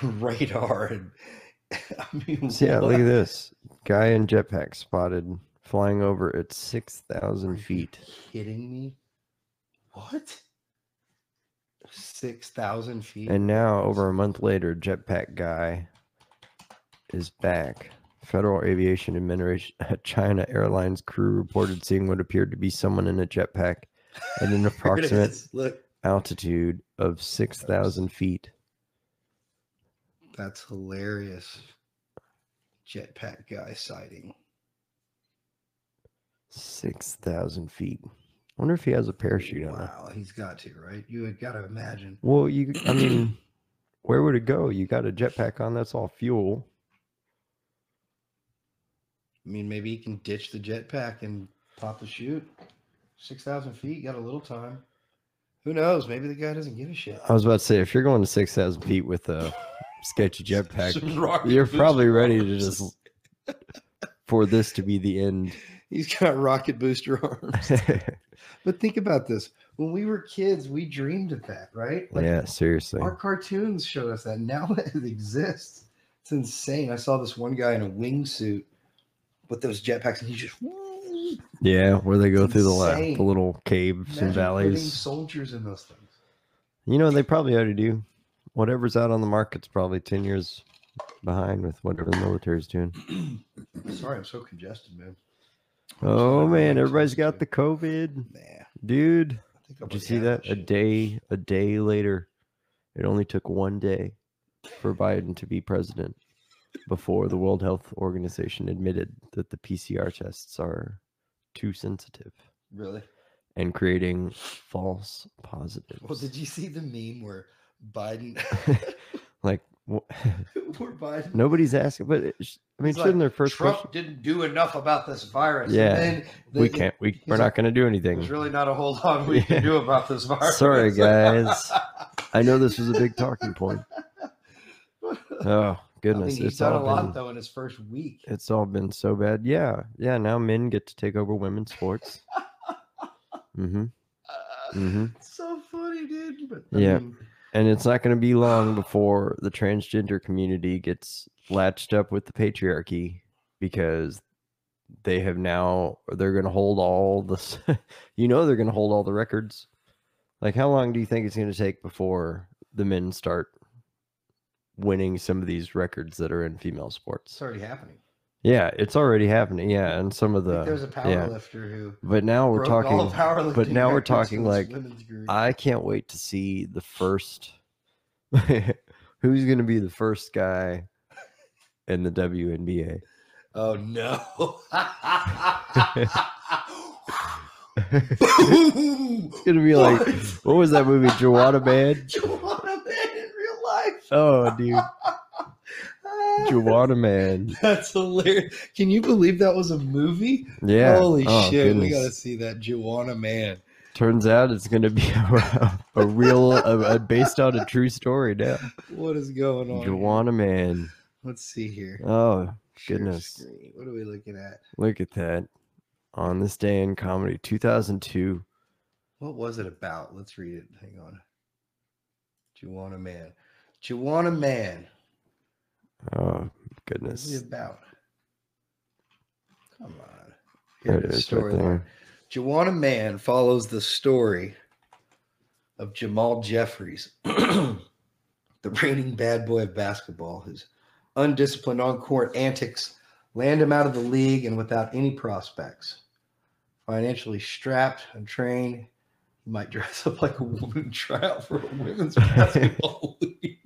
S2: radar? And I mean,
S1: Yeah, look
S2: what?
S1: at this guy in jetpack spotted flying over at six thousand feet.
S2: kidding me? What? 6,000 feet?
S1: And now, over a month later, Jetpack Guy is back. Federal Aviation Administration China Airlines crew reported seeing what appeared to be someone in a jetpack at an
S2: Here it
S1: approximate
S2: is. Look,
S1: altitude of 6,000 feet.
S2: that's hilarious. Jetpack guy sighting.
S1: 6,000 feet. I wonder if he has a parachute on. it.
S2: Wow, he's got to, right? You had got to imagine.
S1: Well, you, I mean, where would it go? You got a jetpack on, that's all fuel.
S2: I mean, maybe he can ditch the jetpack and pop the chute. 6,000 feet, got a little time. Who knows? Maybe the guy doesn't give a shit.
S1: I was about to say, if you're going to 6,000 feet with a sketchy jetpack,
S2: Some rocket
S1: You're
S2: boots
S1: probably ready to
S2: arms.
S1: just for this to be the end.
S2: He's got rocket booster arms. but think about this. When we were kids, we dreamed of that, right? Like
S1: yeah, seriously.
S2: our cartoons showed us that. Now it exists. It's insane. I saw this one guy in a wingsuit with those jetpacks, and he just
S1: Yeah, where they go
S2: It's
S1: through the, la- the
S2: insane.
S1: little caves
S2: Imagine
S1: and
S2: putting
S1: valleys.
S2: soldiers in those things.
S1: You know, they probably ought to do. Whatever's out on the market's probably 10 years behind with whatever the military's doing.
S2: Sorry, I'm so congested, man.
S1: Oh,
S2: Sorry,
S1: man,
S2: I'm
S1: everybody's got the
S2: congested.
S1: COVID.
S2: Nah,
S1: Dude,
S2: I think I
S1: did
S2: already
S1: you see
S2: had
S1: that? A
S2: shit.
S1: day, a day later. It only took one day for Biden to be president before the World Health Organization admitted that the PCR tests are too sensitive
S2: Really?
S1: and creating false positives.
S2: Well, did you see the meme where Biden,
S1: like wh-
S2: where Biden?
S1: nobody's asking, but it, sh- I mean,
S2: He's like,
S1: shouldn't their first
S2: Trump
S1: question?
S2: didn't do enough about this virus.
S1: Yeah,
S2: and then
S1: We
S2: the-
S1: can't. We
S2: he's
S1: we're
S2: like,
S1: not going to do anything.
S2: There's really not a whole lot we can do about this virus.
S1: Sorry, guys. I know this was a big talking point. Oh goodness,
S2: I mean, he's
S1: it's
S2: done a
S1: all
S2: lot
S1: been-
S2: though in his first week.
S1: It's all been so bad. Yeah. Yeah. Now men get to take over women's sports. mm-hmm.
S2: Uh,
S1: Mm-hmm.
S2: So funny, dude. But
S1: Yeah.
S2: mean,
S1: And it's not going to be long before the transgender community gets latched up with the patriarchy because they have now, they're going to hold all the, s- you know, they're going to hold all the records. Like, how long do you think it's going to take before the men start winning some of these records that are in female
S2: it's
S1: sports?
S2: already happening.
S1: Yeah. It's already happening. Yeah. And some of
S2: I think there's
S1: the,
S2: a power
S1: yeah.
S2: lifter who
S1: but now we're
S2: broke all
S1: talking,
S2: powerlifting
S1: but now we're
S2: records
S1: talking,
S2: in this
S1: like,
S2: women's group.
S1: I can't wait to see the first. who's going to be the first guy in the WNBA?
S2: Oh no.
S1: It's going to be like, what was that movie, Jawada Man?
S2: Joanna Man in real life.
S1: Oh, dude,
S2: Ah,
S1: Jawada Man.
S2: That's hilarious. Can you believe that was a movie?
S1: Yeah.
S2: Holy
S1: Oh,
S2: shit, we
S1: goodness.
S2: gotta see that Joanna Man.
S1: Turns out it's going to be a, a real, a, a- based on a true story now.
S2: What is going on? here?
S1: Jawada Man.
S2: Let's see here.
S1: Oh,
S2: Share
S1: goodness.
S2: screen. What are we looking at?
S1: look at that. On this day in comedy, 2002.
S2: What was it about? Let's read it. Hang on. Joanna Man. Joanna Man.
S1: Oh,
S2: What is
S1: goodness.
S2: it about? Come on.
S1: There
S2: Here
S1: it
S2: it is.
S1: is right
S2: Storyline.
S1: there.
S2: Joanna Man follows the story of Jamal Jeffries, the reigning bad boy of basketball, whose undisciplined on court antics land him out of the league and without any prospects. Financially strapped, untrained, he might dress up like a woman and try out for a women's basketball league.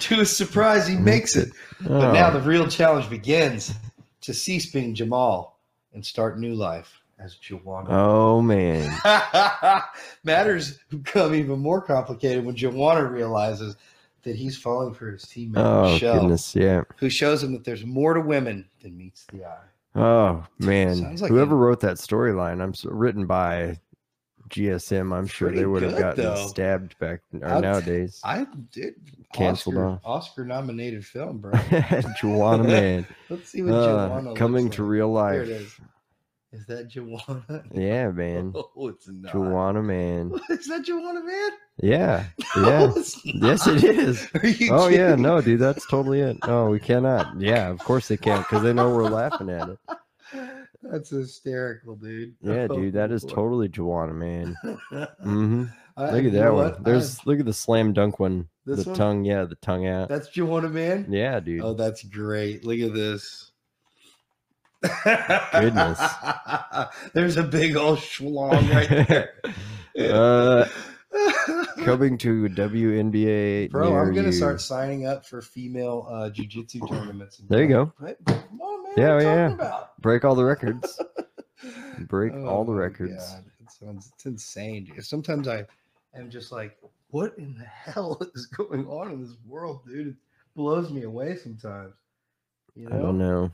S2: to his surprise, he makes it. But
S1: Oh,
S2: now the real challenge begins to cease being Jamal and start new life as Jawana.
S1: oh man.
S2: Matters become even more complicated when Jawana realizes that he's falling for his teammate
S1: Oh
S2: Michelle,
S1: goodness, yeah.
S2: who shows him that there's more to women than meets the eye.
S1: Oh man.
S2: Sounds like
S1: Whoever
S2: a-
S1: wrote that storyline, I'm s- written by GSM. I'm sure
S2: Pretty
S1: they would have
S2: good,
S1: gotten
S2: though.
S1: stabbed back or
S2: I'll t-
S1: nowadays.
S2: I did
S1: Canceled
S2: Oscar,
S1: off.
S2: Oscar-nominated film, bro.
S1: Joanna Man.
S2: Let's see what
S1: Uh,
S2: Joanna
S1: coming
S2: looks
S1: to
S2: like.
S1: real
S2: Here
S1: life.
S2: it is. Is that Joanna?
S1: Yeah, man.
S2: Oh, it's not.
S1: Joanna Man.
S2: Is that Joanna, man?
S1: Yeah.
S2: No,
S1: Yeah.
S2: it's
S1: Yes, it
S2: not.
S1: is.
S2: Are you
S1: Oh yeah,
S2: kidding?
S1: no, dude, that's totally it. No, we cannot. Yeah, of course they can't because they know we're laughing at it.
S2: That's hysterical, dude.
S1: Yeah,
S2: Oh,
S1: dude, that is
S2: boy.
S1: totally Joanna, man.
S2: I-
S1: hmm Look
S2: you
S1: at
S2: know
S1: that
S2: what?
S1: one. There's look at the slam dunk one.
S2: This
S1: the
S2: one?
S1: tongue, yeah, the tongue
S2: I-
S1: out.
S2: that's Joanna, man.
S1: Yeah, dude.
S2: Oh, that's great. Look at this.
S1: Goodness.
S2: There's a big old schlong right there.
S1: uh, coming to WNBA.
S2: Bro, I'm
S1: near
S2: gonna
S1: you.
S2: start signing up for female uh, jujitsu tournaments.
S1: There you go.
S2: Right? Come on, man.
S1: Yeah,
S2: what
S1: yeah.
S2: you talking about?
S1: Break all the records. Break all the
S2: my
S1: records.
S2: God, It sounds, it's insane. Dude. Sometimes I am just like, what in the hell is going on in this world, dude? It blows me away sometimes. You know,
S1: I don't know.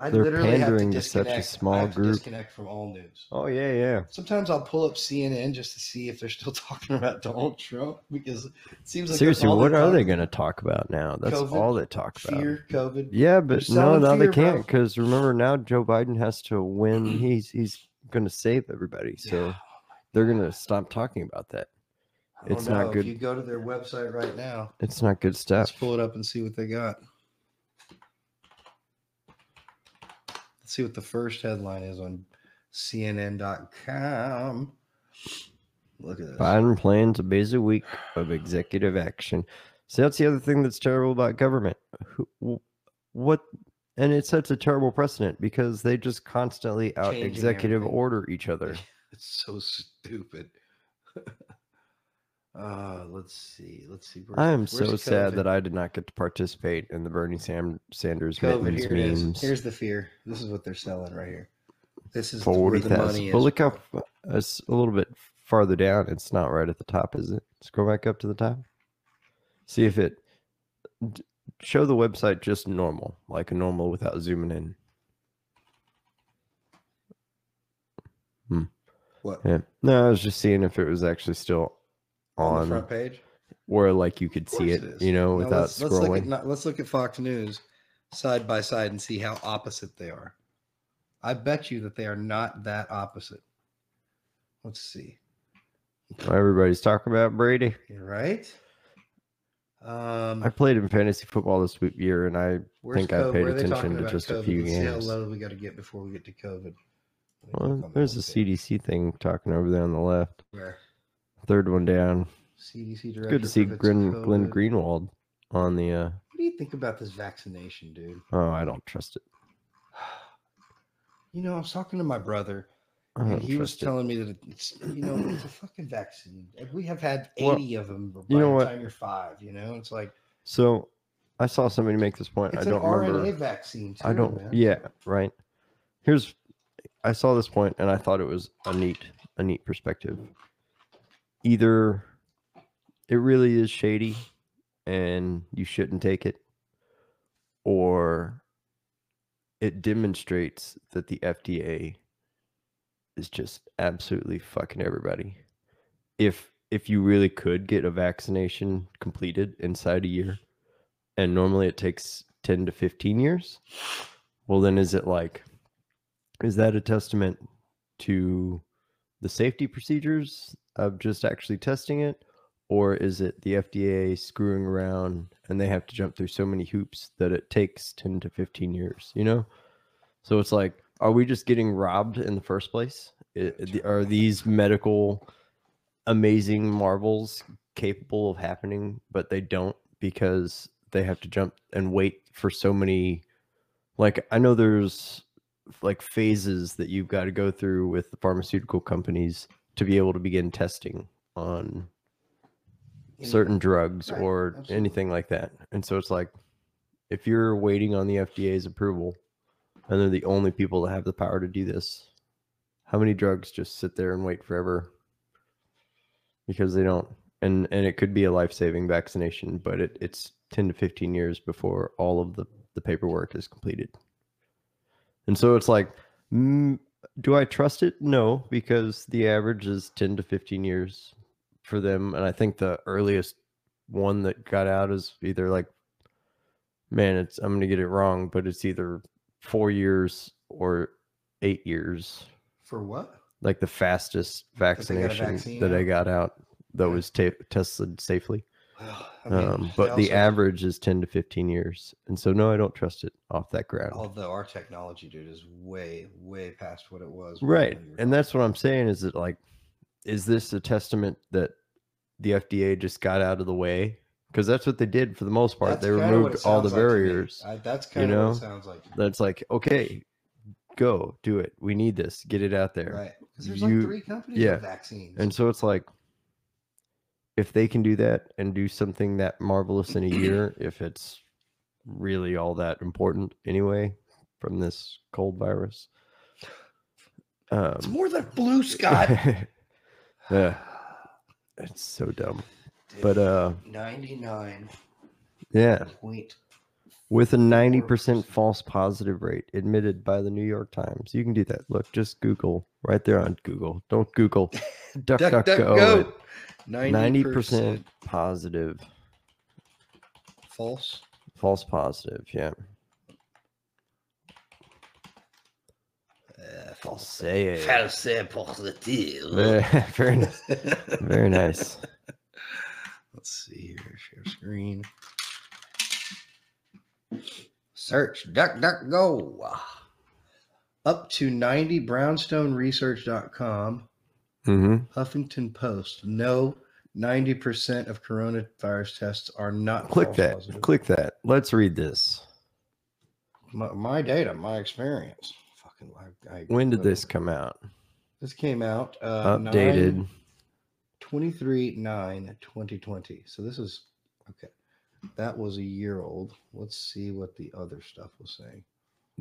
S2: I
S1: They're
S2: literally have to
S1: pandering to such a
S2: disconnect.
S1: small
S2: I have to
S1: group.
S2: disconnect from all news.
S1: Oh yeah, yeah.
S2: Sometimes I'll pull up CNN just to see if they're still talking about Donald Trump because it seems like that's
S1: Seriously,
S2: all
S1: what are they
S2: talk
S1: going to talk about now? That's
S2: COVID,
S1: all they talk
S2: about.
S1: about.
S2: Fear, COVID.
S1: Yeah, but no,
S2: selling
S1: now they
S2: fear, bro.
S1: can't because remember now Joe Biden has to win. He's he's going to save everybody, so
S2: Yeah.
S1: they're going to stop talking about that.
S2: I don't
S1: It's not
S2: know.
S1: good.
S2: If you go to their website right now,
S1: It's not good stuff.
S2: Let's pull it up and see what they got. Let's see what the first headline is on CNN.com. Look at this.
S1: Biden plans a busy week of executive action. See, that's the other thing that's terrible about government. Who- wh- What? And it sets a terrible precedent because they just constantly out
S2: Changing
S1: executive
S2: everything.
S1: order each other.
S2: It's so stupid. uh, let's see. Let's see.
S1: I am so sad that I did not get to participate in the Bernie Sam- Sanders
S2: COVID
S1: Mittens
S2: here it is.
S1: memes.
S2: Here's the fear. This is what they're selling right here. This is the- where
S1: Forty
S2: the money
S1: thousand.
S2: is.
S1: But look how f- it's a little bit farther down. It's not right at the top, is it? Let's go back up to the top. See if it d- show the website just normal, like a normal without zooming in.
S2: what
S1: Yeah. No, I was just seeing if it was actually still
S2: on,
S1: on,
S2: the front page.
S1: or like you could
S2: Of
S1: see
S2: course
S1: it,
S2: is.
S1: you know,
S2: Now,
S1: without
S2: let's,
S1: scrolling.
S2: let's look, at, not- let's look at Fox News side by side and see how opposite they are. I bet you that they are not that opposite. Let's see.
S1: Everybody's talking about Brady.
S2: You're right. Um,
S1: I played in fantasy football this week- year, and I
S2: where's
S1: think I
S2: co-
S1: paid
S2: where are they
S1: attention
S2: talking
S1: to
S2: about
S1: just a
S2: COVID?
S1: few
S2: Let's See how
S1: games.
S2: low we got to get before we get to COVID. Let me click on
S1: well,
S2: that
S1: there's a
S2: one page.
S1: CDC thing talking over there on the left.
S2: Where
S1: Third one down.
S2: CDC
S1: It's
S2: director.
S1: good to see
S2: prevents
S1: Glenn, Glenn
S2: COVID.
S1: Greenwald on the. Uh,
S2: What do you think about this vaccination, dude?
S1: oh, I don't trust it.
S2: You know, I was talking to my brother
S1: I
S2: And
S1: don't
S2: he was
S1: trust it.
S2: telling me that it's you know it's a fucking vaccine. and We have had
S1: Well,
S2: eighty of them by
S1: you know
S2: the
S1: what?
S2: time you're five. You know, it's like
S1: So, I saw somebody make this point.
S2: it's
S1: I
S2: an
S1: don't
S2: RNA
S1: remember.
S2: vaccine. Too,
S1: I don't.
S2: Man.
S1: Yeah, right. Here's. I saw this point and I thought it was a neat, a neat perspective. Either it really is shady, and you shouldn't take it, or it demonstrates that the FDA is just absolutely fucking everybody. If if you really could get a vaccination completed inside a year, and normally it takes 10 to 15 years, well then is it like is that a testament to the safety procedures of just actually testing it or is it the FDA screwing around and they have to jump through so many hoops that it takes 10 to 15 years, you know? So it's like are we just getting robbed in the first place? I- I- Are these medical amazing marvels capable of happening but they don't because they have to jump and wait for so many like i know there's like phases that you've got to go through with the pharmaceutical companies to be able to begin testing on certain drugs
S2: Right,
S1: or
S2: absolutely.
S1: anything like that. And so it's like if you're waiting on the FDA's approval and they're the only people that have the power to do this, how many drugs just sit there and wait forever because they don't and and it could be a life-saving vaccination, but it, it's 10 to 15 years before all of the the paperwork is completed. And so it's like mm, do I trust it? No, because the average is 10 to 15 years for them. And I think the earliest one that got out is either like, man, it's I'm gonna get it wrong, but it's either four years or eight years.
S2: For what?
S1: Like the fastest
S2: got a vaccine
S1: vaccination that I
S2: out?
S1: got out that
S2: Yeah.
S1: was ta- tested safely.
S2: Well, I mean,
S1: um,
S2: they
S1: but the
S2: also-
S1: average is 10 to 15 years. And so, no, I don't trust it off that ground.
S2: Although our technology, dude, is way, way past what it was. when
S1: Right.
S2: we were-
S1: And that's what I'm saying is that like is this a testament that the FDA just got out of the way? Cuz that's what they did for the most part.
S2: That's
S1: they
S2: kinda what
S1: removed
S2: it
S1: all the
S2: sounds like to me.
S1: barriers.
S2: I, that's kind of what
S1: know?
S2: it sounds like.
S1: That's like, okay, go, do it. We need this. Get it out there.
S2: Right. Because there's
S1: You-
S2: like three companies
S1: yeah.
S2: with vaccines.
S1: And so it's like if they can do that and do something that marvelous in a year, if it's really all that important anyway from this cold virus. Um,
S2: it's more than blue sky.
S1: yeah, it's so dumb.
S2: Dude,
S1: But uh
S2: 99
S1: yeah,
S2: point.
S1: with a 90%
S2: 4%.
S1: false positive rate admitted by the New York Times. You can do that. Look, just Google right there on Google. Don't Google. Duck, duck, go. it. 90%,
S2: 90%
S1: positive.
S2: false.
S1: False positive. Yeah.
S2: Uh,
S1: I'll say it.
S2: False uh, positive.
S1: Yeah, Very, nice. Very nice.
S2: Let's see here. Share screen. Search DuckDuckGo. Up to 90 brownstoneresearch.com.
S1: hmm
S2: Huffington Post. No, 90% of coronavirus tests are not
S1: Click
S2: false
S1: that.
S2: positive.
S1: Click that. Let's read this.
S2: My, my data, my experience. Fucking, I, I-
S1: When did this come out?
S2: This came out uh,
S1: Updated.
S2: 23 9 2020. So this is okay. That was a year old. Let's see what the other stuff was saying.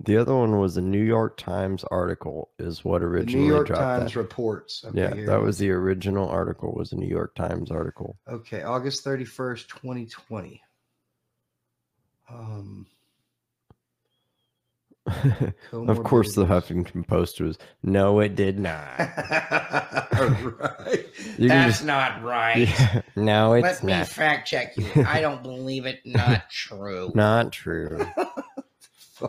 S1: The other one was a New York Times article, is what
S2: The
S1: originally
S2: New York
S1: dropped that.
S2: Times reports. Okay,
S1: yeah,
S2: here
S1: that
S2: it
S1: was
S2: is.
S1: the original article. Was a New York Times article.
S2: okay. August 31st, 2020. Um,
S1: of course, the
S2: comorbidities.
S1: Huffington Post was. No, it did not.
S2: right.
S1: You can
S3: That's
S1: just-
S3: not right.
S1: Yeah, no, it's
S3: Let me
S1: not.
S3: fact check you. I don't believe it. Not true.
S1: not true.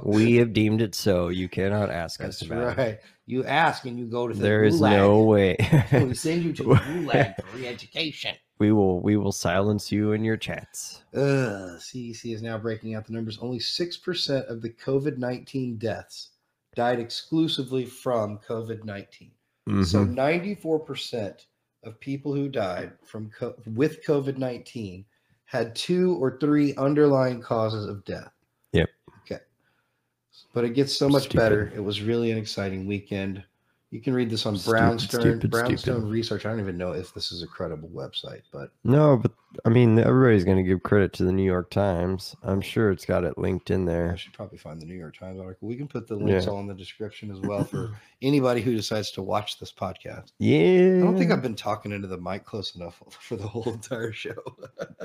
S1: We have deemed it so. You cannot ask us
S2: That's
S1: about it.
S2: right. You ask and you go to the
S1: There is
S2: gulag.
S1: no way.
S2: We send you to the gulag.
S3: for re-education.
S1: we will. We will silence you in your chats.
S2: Ugh, CDC is now breaking out the numbers. Only 6% of the COVID 19 deaths died exclusively from COVID 19. So
S1: Mhm.
S2: 94% of people who died from co- with COVID 19 had two or three underlying causes of death.
S1: Yep.
S2: Okay. But it gets so much
S1: Stupid.
S2: better. It was really an exciting weekend. You can read this on
S1: Stupid,
S2: Brownstone
S1: stupid,
S2: Brownstone
S1: stupid.
S2: Research. I don't even know if this is a credible website, but
S1: No, but I mean, everybody's going to give credit to the New York Times. I'm sure it's got it linked in
S2: I
S1: there.
S2: should probably find the New York Times article. We can put the links
S1: Yeah.
S2: all in the description as well for anybody who decides to watch this podcast.
S1: Yeah.
S2: I don't think I've been talking into the mic close enough for the whole entire show.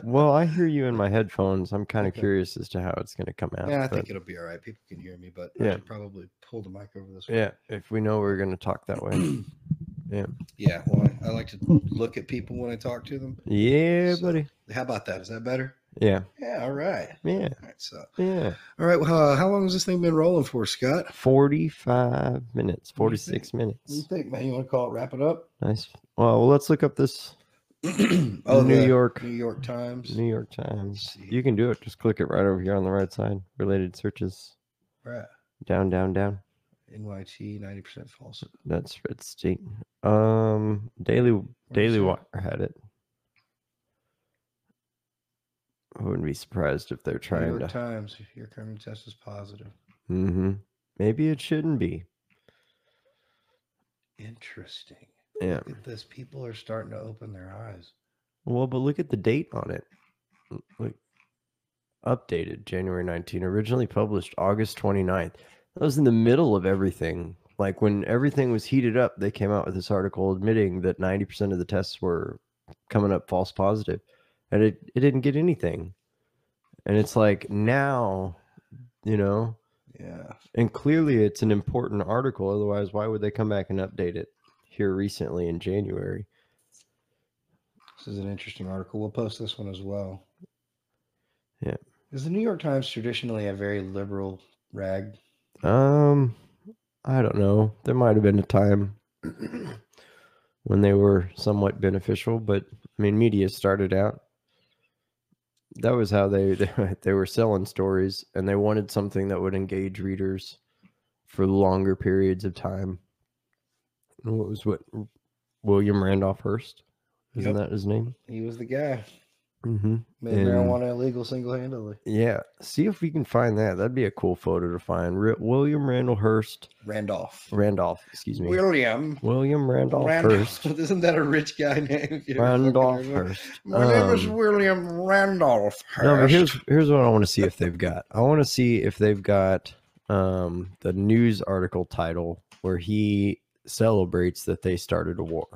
S1: Well, I hear you in my headphones. I'm kind of
S2: Okay.
S1: curious as to how it's going to come out.
S2: yeah, I
S1: but
S2: think it'll be all right. People can hear me, but I
S1: Yeah.
S2: should probably pull the mic over this way.
S1: yeah, if we know we're going to talk that way.
S2: Yeah, well, I, I like to look at people when I talk to them.
S1: Yeah,
S2: So-
S1: buddy.
S2: How about that? Is that better?
S1: Yeah,
S2: Yeah, all right.
S1: yeah,
S2: All right, so
S1: yeah.
S2: all right. Well, uh, how long has this thing been rolling for, Scott? What
S1: 45 minutes,
S2: What do you
S1: 46
S2: do you
S1: minutes.
S2: think, man? You want to call it wrap it up?
S1: Nice. Well, let's look up this
S2: oh,
S1: New
S2: the
S1: York,
S2: New York Times.
S1: New York Times.
S2: see.
S1: You can do it. Just click it right over here on the right side. Related searches.
S2: Right.
S1: Down, down, down.
S2: NYT, 90% false.
S1: That's Red State. Um, Daily Daily
S2: that?
S1: Wire had it. I wouldn't be surprised if they're
S2: New
S1: trying
S2: York
S1: to.
S2: Times, your current test is positive.
S1: Mm-hmm. Maybe it shouldn't be.
S2: Interesting.
S1: Yeah.
S2: Look at this. People are starting to open their eyes.
S1: Well, but look at the date on it. L- Look, updated January 19, originally published August 29th. That was in the middle of everything. Like when everything was heated up, they came out with this article admitting that 90% of the tests were coming up false positive and it, it didn't get anything. And it's like now, you know,
S2: Yeah.
S1: and clearly it's an important article. Otherwise, why would they come back and update it here recently in January?
S2: This is an interesting article. We'll post this one as well.
S1: Yeah.
S2: Is the New York Times traditionally a very liberal rag?
S1: Um, I don't know. There might have been a time when they were somewhat beneficial, but I mean, media started out. That was how they they, they were selling stories, and they wanted something that would engage readers for longer periods of time. And what was what William Randolph Hearst? Isn't
S2: Yep.
S1: that his name?
S2: He was the guy.
S1: Mm-hmm.
S2: Made
S1: Yeah.
S2: marijuana illegal single handedly.
S1: Yeah. See if we can find that. That'd be a cool photo to find. Re- William Randall Hearst
S2: Randolph.
S1: Randolph. Excuse me.
S2: William.
S1: William Randolph
S2: Randolph.
S1: Hearst.
S2: Isn't that a rich guy name? if you fucking
S1: Randolph
S2: remember?
S1: Hearst.
S2: My name is
S1: Um,
S2: William Randolph Hearst.
S1: No, but here's here's what I want to see if they've got. I want to see if they've got um, the news article title where he celebrates that they started a war.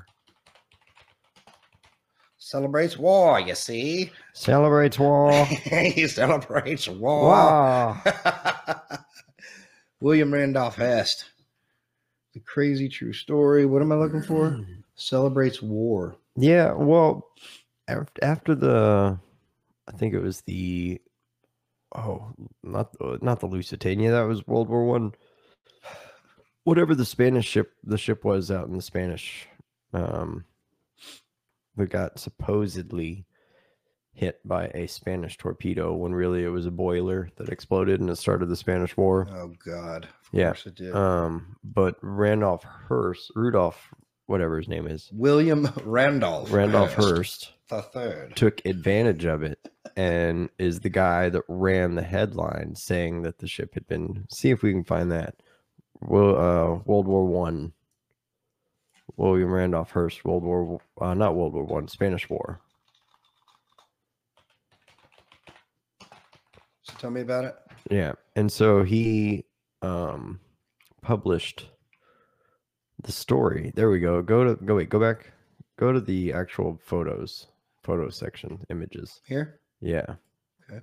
S3: Celebrates war, you see.
S1: Celebrates war.
S2: he celebrates war.
S1: Oh. Wow.
S2: William Randolph Hearst. The crazy true story. What am I looking for? Celebrates war.
S1: Yeah, well, af- after the, I think it was the, oh, not uh, not the Lusitania. That was World War One. Whatever the Spanish ship, the ship was out in the Spanish, um, that got supposedly hit by a Spanish torpedo when really it was a boiler that exploded and it started the Spanish War.
S2: Oh God. Of
S1: Yeah,
S2: course it did.
S1: Um, but Randolph Hearst, Rudolph, whatever his name is,
S2: William Randolph.
S1: Randolph Hearst
S2: The third.
S1: took advantage of it and is the guy that ran the headline saying that the ship had been see if we can find that well uh world war one william randolph hearst world war uh, not world war one spanish war
S2: So tell me about it.
S1: yeah and so he um published the story there we go go to go wait go back go to the actual photos photo section images
S2: Here?
S1: Yeah.
S2: Okay.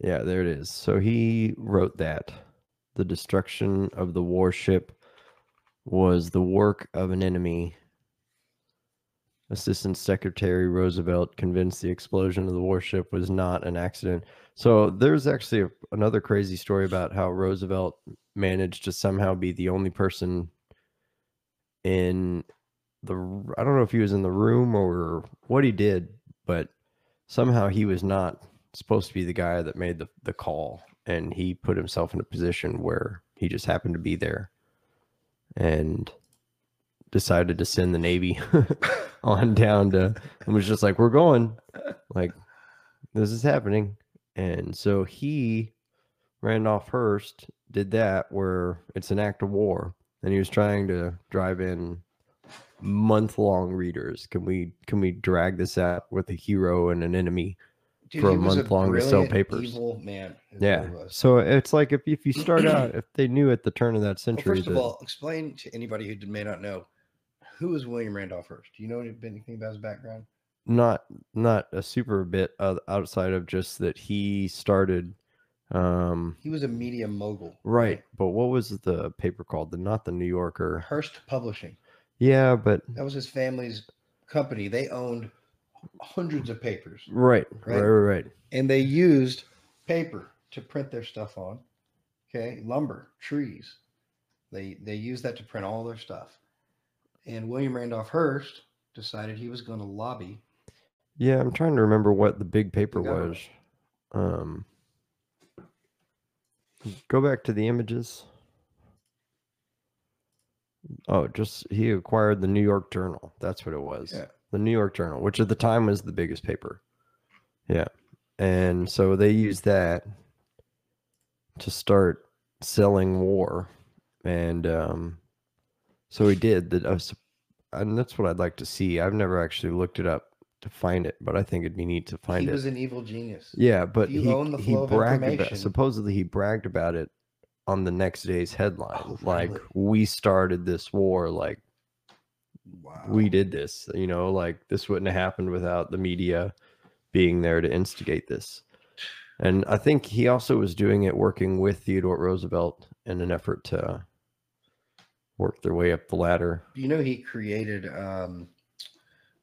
S1: Yeah, there it is. So he wrote that the destruction of the warship was the work of an enemy. Assistant Secretary Roosevelt convinced the explosion of the warship was not an accident. So there's actually a, another crazy story about how Roosevelt managed to somehow be the only person in the r- I don't know if he was in the room or what he did, but somehow he was not supposed to be the guy that made the, the call and he put himself in a position where he just happened to be there and decided to send the navy on down to and was just like we're going like this is happening and so he randolph hearst did that where it's an act of war and he was trying to drive in month-long readers can we can we drag this out with a hero and an enemy
S2: Dude,
S1: For a
S2: he was
S1: month long to sell
S2: brilliant,
S1: papers.
S2: Evil man. is what
S1: yeah.
S2: he was.
S1: So it's like if, if you start out, if they knew at the turn of that
S2: Well,
S1: century,
S2: first of
S1: that-
S2: all, explain to anybody who may not know who is William Randolph Hearst. Do you know any- anything about his background?
S1: not not a super bit uh, outside of just that he started. Um,
S2: He was a media mogul.
S1: right, but what was the paper called? The not the New Yorker.
S2: Hearst Publishing.
S1: Yeah, but
S2: That was his family's company. They owned hundreds of papers
S1: right, right,
S2: Right.
S1: right, right.
S2: and they used paper to print their stuff on. Okay, lumber, trees. They they used that to print all their stuff. And William Randolph Hearst decided he was going to lobby.
S1: Yeah, I'm trying to remember what the big paper was.
S2: government.
S1: Um, go back to the images. Oh, just he acquired the New York Journal. That's what it was.
S2: Yeah.
S1: The New York Journal, which at the time was the biggest paper. Yeah. And so they used that to start selling war. And um, uh, so he did that. I was- And that's what I'd like to see. I've never actually looked it up to find it, but I think it'd be neat to find
S2: he
S1: it.
S2: was an evil genius.
S1: Yeah, but
S2: you
S1: he,
S2: own the
S1: he
S2: flow of
S1: bragged about
S2: information-
S1: supposedly he bragged about it on the next day's headline.
S2: Oh,
S1: Like
S2: really?
S1: we started this war, like
S2: Wow.
S1: we did this, you know, like this wouldn't have happened without the media being there to instigate this. And I think he also was doing it working with Theodore Roosevelt in an effort to work their way up the ladder.
S2: You know, he created um,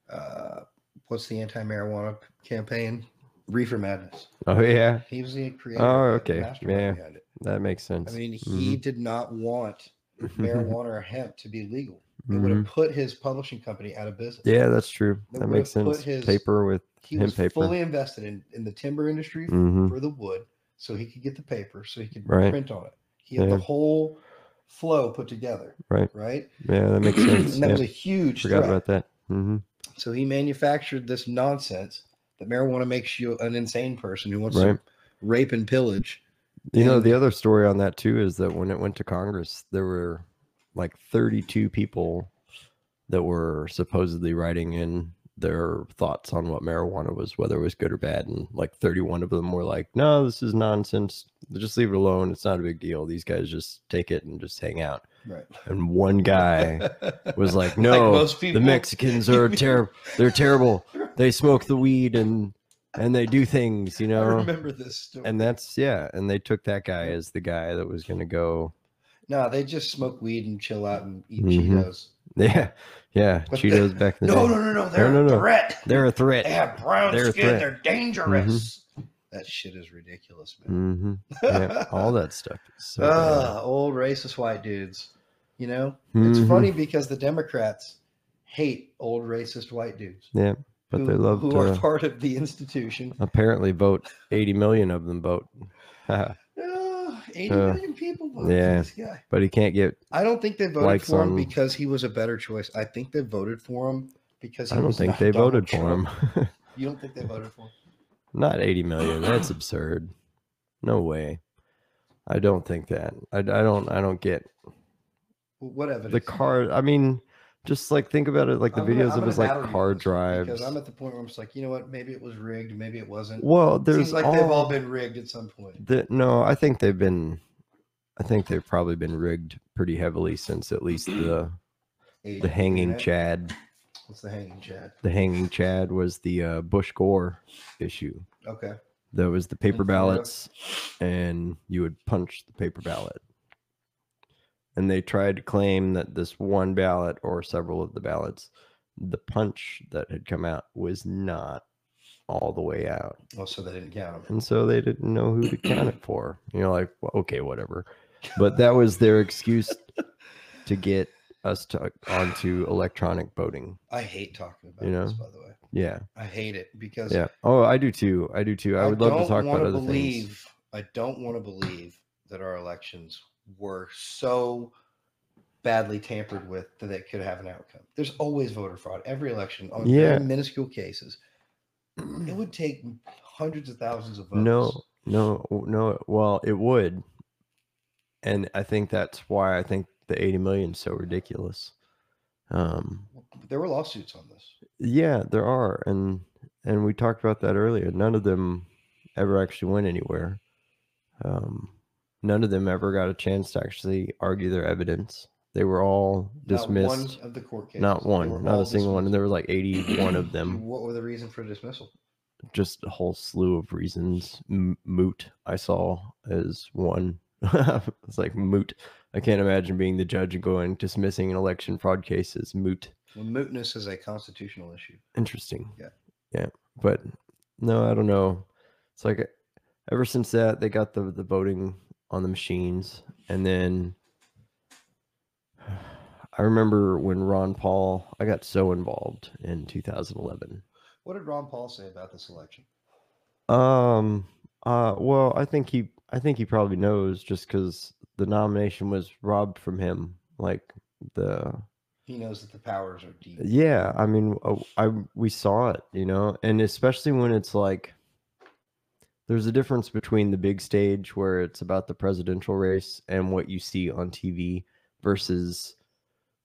S2: uh, what's the anti-marijuana p- campaign? Reefer Madness.
S1: Oh yeah,
S2: He was the creator.
S1: Oh,
S2: of it, the
S1: okay.
S2: mastermind
S1: Yeah.
S2: behind it.
S1: that makes sense.
S2: I mean, he
S1: Mm-hmm.
S2: did not want marijuana or hemp to be legal. It would
S1: Mhm.
S2: have put his publishing company out of business.
S1: Yeah, that's true.
S2: They
S1: That
S2: would've
S1: makes
S2: put
S1: sense.
S2: his-
S1: Paper with
S2: he
S1: hemp
S2: was
S1: paper.
S2: fully invested in, in the timber industry
S1: mhm.
S2: for the wood so he could get the paper so he could
S1: Right.
S2: print on it. He had
S1: Yeah.
S2: the whole flow put together.
S1: Right.
S2: Right.
S1: yeah, that makes sense.
S2: and that
S1: yeah.
S2: was a huge
S1: Forgot
S2: threat.
S1: about that. Mm-hmm.
S2: So he manufactured this nonsense that marijuana makes you an insane person who wants
S1: Right.
S2: to rape and pillage.
S1: You know,
S2: And-
S1: the other story on that too is that when it went to Congress, there were like 32 people that were supposedly writing in their thoughts on what marijuana was, whether it was good or bad. And like 31 of them were like, no, this is nonsense. Just leave it alone. It's not a big deal. These guys just take it and just hang out.
S2: Right.
S1: And one guy was like, no,
S2: most
S1: the
S2: people-
S1: Mexicans are terrible. They're terrible. They smoke the weed and and they do things, you
S2: I
S1: know.
S2: remember this story.
S1: And that's yeah. And they took that guy as the guy that was gonna go.
S2: no, they just smoke weed and chill out and eat
S1: Mhm.
S2: Cheetos.
S1: Yeah, yeah.
S2: But the-
S1: Cheetos back in the
S2: No,
S1: day.
S2: no, no, no. They're
S1: no,
S2: a
S1: no.
S2: threat.
S1: They're a
S2: They
S1: threat.
S2: have brown
S1: They're a
S2: skin.
S1: threat.
S2: They're dangerous. That shit is ridiculous, man.
S1: hmm Yeah, all that stuff. Is so bad.
S2: Ah, old racist white dudes. You know,
S1: Mhm.
S2: it's funny because the Democrats hate old racist white dudes.
S1: Yeah, but they love
S2: who
S1: to uh,
S2: are part of the institution.
S1: apparently vote. Eighty million of them vote. but
S2: Ah, Eighty
S1: Uh,
S2: million people voted
S1: yeah.
S2: for this guy.
S1: he can't get.
S2: I don't think they voted
S1: Likes
S2: for him
S1: on-
S2: because he was a better choice. I think they voted for him because
S1: I
S2: he
S1: don't
S2: was
S1: think
S2: not
S1: they
S2: Donald
S1: voted for
S2: Trump.
S1: him.
S2: You don't think they voted for him?
S1: Not 80 million. That's absurd. No way. I don't think that. I, I don't. I don't get
S2: Well, What evidence?
S1: the car. I mean, just like think about it, like the
S2: I'm gonna-
S1: videos
S2: I'm
S1: of his
S2: gonna
S1: like
S2: battle you
S1: car
S2: on this one
S1: drives.
S2: Because I'm at the point where I'm just like, you know what? Maybe it was rigged. Maybe it wasn't.
S1: well, there's
S2: Seems like
S1: all,
S2: they've all been rigged at some point.
S1: the, no. I think they've been. I think they've probably been rigged pretty heavily since at least the
S2: Hey,
S1: the hanging
S2: internet,
S1: Chad.
S2: What's the hanging chat?
S1: The hanging Chad was the uh, Bush Gore issue.
S2: Okay.
S1: There was the paper
S2: Florida.
S1: ballots, and you would punch the paper ballot. And they tried to claim that this one ballot or several of the ballots, the punch that had come out was not all the way out.
S2: Oh, so they didn't count them.
S1: And so they didn't know who to count it for. You know, like, "Well, okay, whatever. But that was their excuse to get us to onto electronic voting.
S2: I hate talking about
S1: You know?
S2: this, by the way.
S1: Yeah.
S2: I hate it because
S1: Yeah. Oh, I do too. I do too. I would love to
S2: don't
S1: talk about
S2: wanna
S1: other
S2: believe,
S1: things.
S2: I don't want to believe that our elections were so badly tampered with that they could have an outcome. There's always voter fraud every election on
S1: Yeah.
S2: very minuscule cases. It would take hundreds of thousands of votes.
S1: No, no, no. Well, it would, and I think that's why I think the eighty million is so ridiculous. Um,
S2: there were lawsuits on this.
S1: yeah, there are, and and we talked about that earlier. None of them ever actually went anywhere. Um, none of them ever got a chance to actually argue their evidence. They were all dismissed.
S2: Not one of the court cases.
S1: Not
S2: They
S1: one,
S2: were
S1: not,
S2: all
S1: a single one. And
S2: dismissed.
S1: there were like eighty-one of them.
S2: What were the reason for dismissal?
S1: just a whole slew of reasons. M- moot, I saw as one. it's like moot. I can't imagine being the judge and going dismissing an election fraud case as moot.
S2: Well, mootness is a constitutional issue.
S1: Interesting.
S2: Yeah.
S1: Yeah. But no, I don't know. It's like uh, ever since that they got the the voting on the machines, and then I remember when Ron Paul. I got so involved in 2011.
S2: What did Ron Paul say about this election?
S1: Um. Uh. Well, I think he. I think he probably knows just because the nomination was robbed from him. Like the.
S2: He knows that the powers are deep.
S1: Yeah. I mean, uh, I we saw it, you know, and especially when it's like. There's a difference between the big stage where it's about the presidential race and what you see on TV versus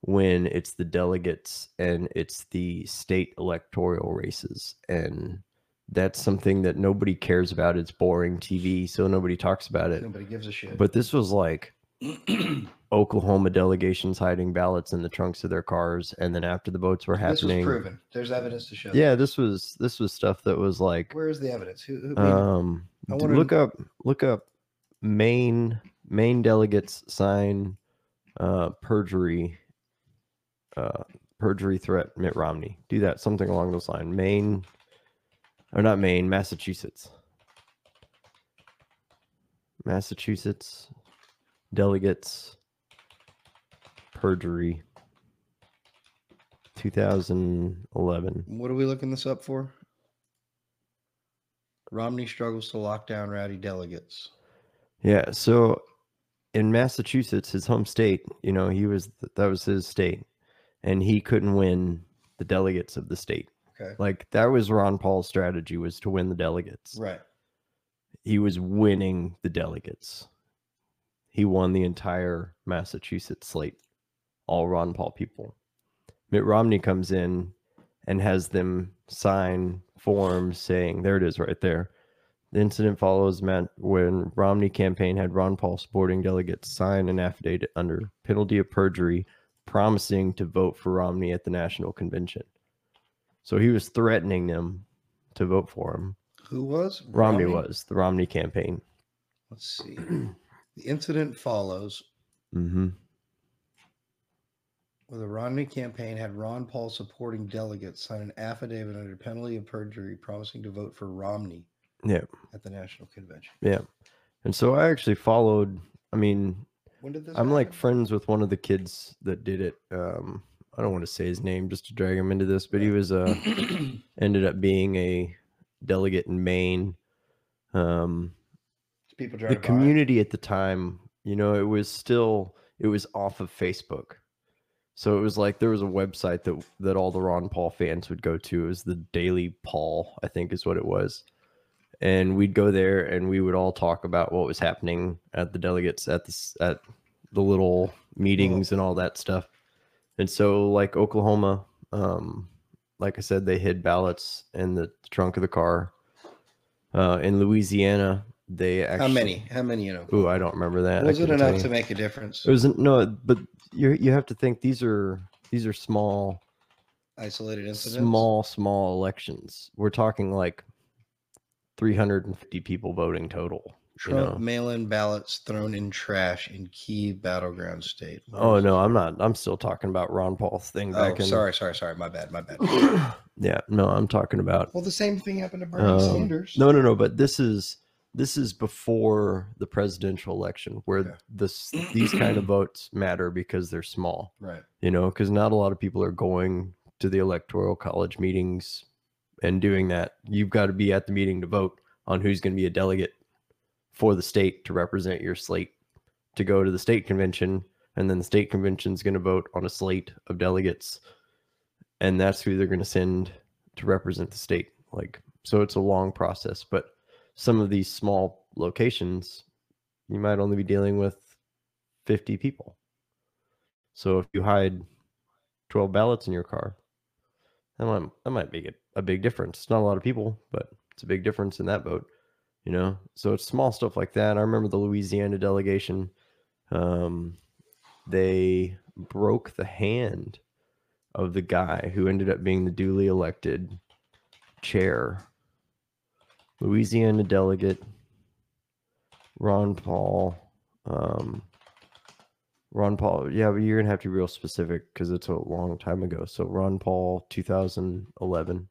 S1: when it's the delegates and it's the state electoral races and that's something that nobody cares about it's boring tv so nobody talks about it
S2: Nobody gives a shit.
S1: but this was like oklahoma delegations hiding ballots in the trunks of their cars and then after the votes were
S2: this was
S1: happening
S2: proven. There's evidence to show. that.
S1: yeah this was this was stuff that was like
S2: Where is the evidence? Who? who
S1: um
S2: I
S1: d-
S2: wanted to-
S1: look up look up main main delegates sign uh perjury uh perjury threat Mitt Romney. Do that something along those lines. Maine or not Maine, Massachusetts. Massachusetts delegates perjury 2011
S2: what are we looking this up for? Romney struggles to lock down rowdy delegates.
S1: Yeah. So in Massachusetts, his home state, you know, he was that was his state, and he couldn't win the delegates of the state.
S2: Okay.
S1: Like that was Ron Paul's strategy was to win the delegates.
S2: Right.
S1: He was winning the delegates. He won the entire Massachusetts slate, all Ron Paul people. Mitt Romney comes in and has them sign forms saying, there it is right there. The incident follows Matt when Romney campaign had Ron Paul supporting delegates sign an affidavit under penalty of perjury promising to vote for Romney at the national convention. So he was threatening them to vote for him.
S2: Who was
S1: Romney was the Romney campaign.
S2: Let's see. The incident follows
S1: Mm-hmm.
S2: where the Romney campaign had Ron Paul supporting delegates sign an affidavit under penalty of perjury promising to vote for Romney
S1: Yeah.
S2: at the national convention.
S1: And so I actually followed. I mean,
S2: When did this?
S1: I'm like
S2: happen?
S1: friends with one of the kids that did it. Um, I don't want to say his name just to drag him into this, but he
S2: Right.
S1: was uh ended up being a delegate in Maine. Um,
S2: people
S1: the
S2: driving by.
S1: community at the time, you know, it was still it was off of Facebook. So it was like there was a website that that all the Ron Paul fans would go to. It was the Daily Paul, I think is what it was. And we'd go there and we would all talk about what was happening at the delegates at this at the little meetings and all that stuff. And so like Oklahoma, um like I said they hid ballots in the trunk of the car. Uh in Louisiana, they actually
S2: How many? How many? You know.
S1: Ooh, I don't remember that. I
S2: was it
S1: couldn't
S2: enough
S1: tell
S2: to
S1: you.
S2: make a difference?
S1: It was no, but you you have to think these are these are small,
S2: Isolated incidents.
S1: small, small elections. We're talking like 350 people voting total. you
S2: Trump
S1: know.
S2: mail-in ballots thrown in trash in key battleground state. What
S1: Oh
S2: was-
S1: no, I'm not. I'm still talking about Ron Paul's thing back
S2: Oh,
S1: in.
S2: sorry, sorry, sorry. My bad, my bad.
S1: Yeah, no, I'm talking about.
S2: well, the same thing happened to Bernie
S1: Um,
S2: Sanders.
S1: No, no, no. But this is this is before the presidential election, where
S2: Okay.
S1: this these kind of votes matter because they're small.
S2: Right.
S1: you know, because not a lot of people are going to the electoral college meetings and doing that. You've got to be at the meeting to vote on who's going to be a delegate for the state to represent your slate to go to the state convention. And then the state convention's going to vote on a slate of delegates. And that's who they're going to send to represent the state. Like, so it's a long process. But some of these small locations, you might only be dealing with 50 people. So if you hide 12 ballots in your car, that might that might make it a big difference. It's not a lot of people, but it's a big difference in that vote, you know. So it's small stuff like that. I remember the Louisiana delegation, um, they broke the hand of the guy who ended up being the duly elected chair, Louisiana delegate Ron Paul. Um, Ron Paul, yeah, but you're gonna have to be real specific because it's a long time ago. So Ron Paul, 2011.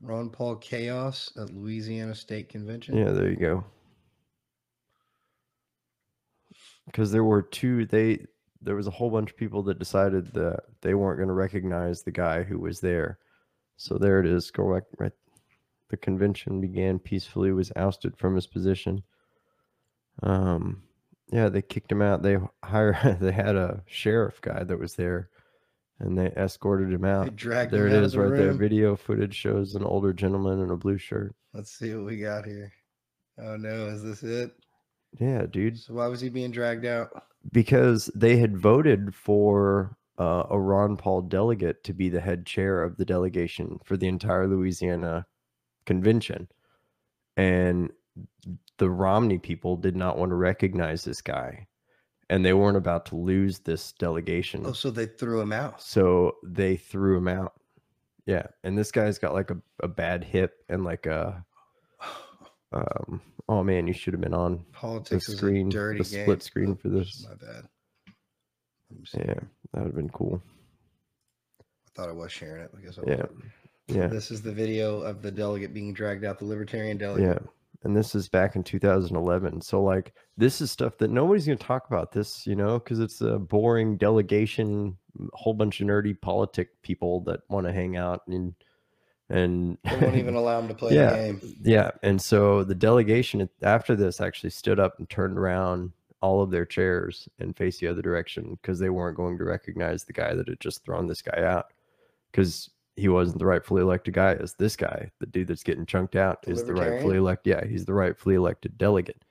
S2: Ron Paul chaos at Louisiana State Convention.
S1: Yeah, there you go. Because there were two, they there was a whole bunch of people that decided that they weren't gonna recognize the guy who was there. So there it is. Go back right. The convention began peacefully. Was ousted from his position. Um, yeah, they kicked him out. They hire. They had a sheriff guy that was there, and they escorted him out.
S2: They dragged
S1: uh, There
S2: him
S1: it
S2: out of
S1: is,
S2: the
S1: right there.
S2: room.
S1: Video footage shows an older gentleman in a blue shirt.
S2: Let's see what we got here. Oh no, is this it?
S1: Yeah, dude.
S2: So why was he being dragged out?
S1: Because they had voted for uh, a Ron Paul delegate to be the head chair of the delegation for the entire Louisiana convention. And the Romney people did not want to recognize this guy. And they weren't about to lose this delegation.
S2: Oh, so they threw him out.
S1: So they threw him out. Yeah. And this guy's got like a, a bad hip and like a um oh man, you should have been on
S2: Politics is
S1: screen-
S2: a dirty
S1: the
S2: game.
S1: split screen for this.
S2: My bad. Let me see.
S1: yeah, that would have been cool.
S2: I thought I was sharing it. I guess I
S1: Yeah.
S2: wasn't.
S1: Yeah.
S2: This is the video of the delegate being dragged out, the libertarian delegate.
S1: Yeah. And this is back in 2011. So, like, this is stuff that nobody's going to talk about this, you know, because it's a boring delegation, whole bunch of nerdy politic people that want to hang out and, and,
S2: They won't even allow him to play
S1: Yeah.
S2: the game.
S1: yeah. And so the delegation at- after this actually stood up and turned around all of their chairs and faced the other direction because they weren't going to recognize the guy that had just thrown this guy out because he wasn't the rightfully elected guy. Is this guy the dude that's getting chunked out?
S2: The
S1: Is the
S2: libertarian?
S1: rightfully elected? Yeah, he's the rightfully elected delegate.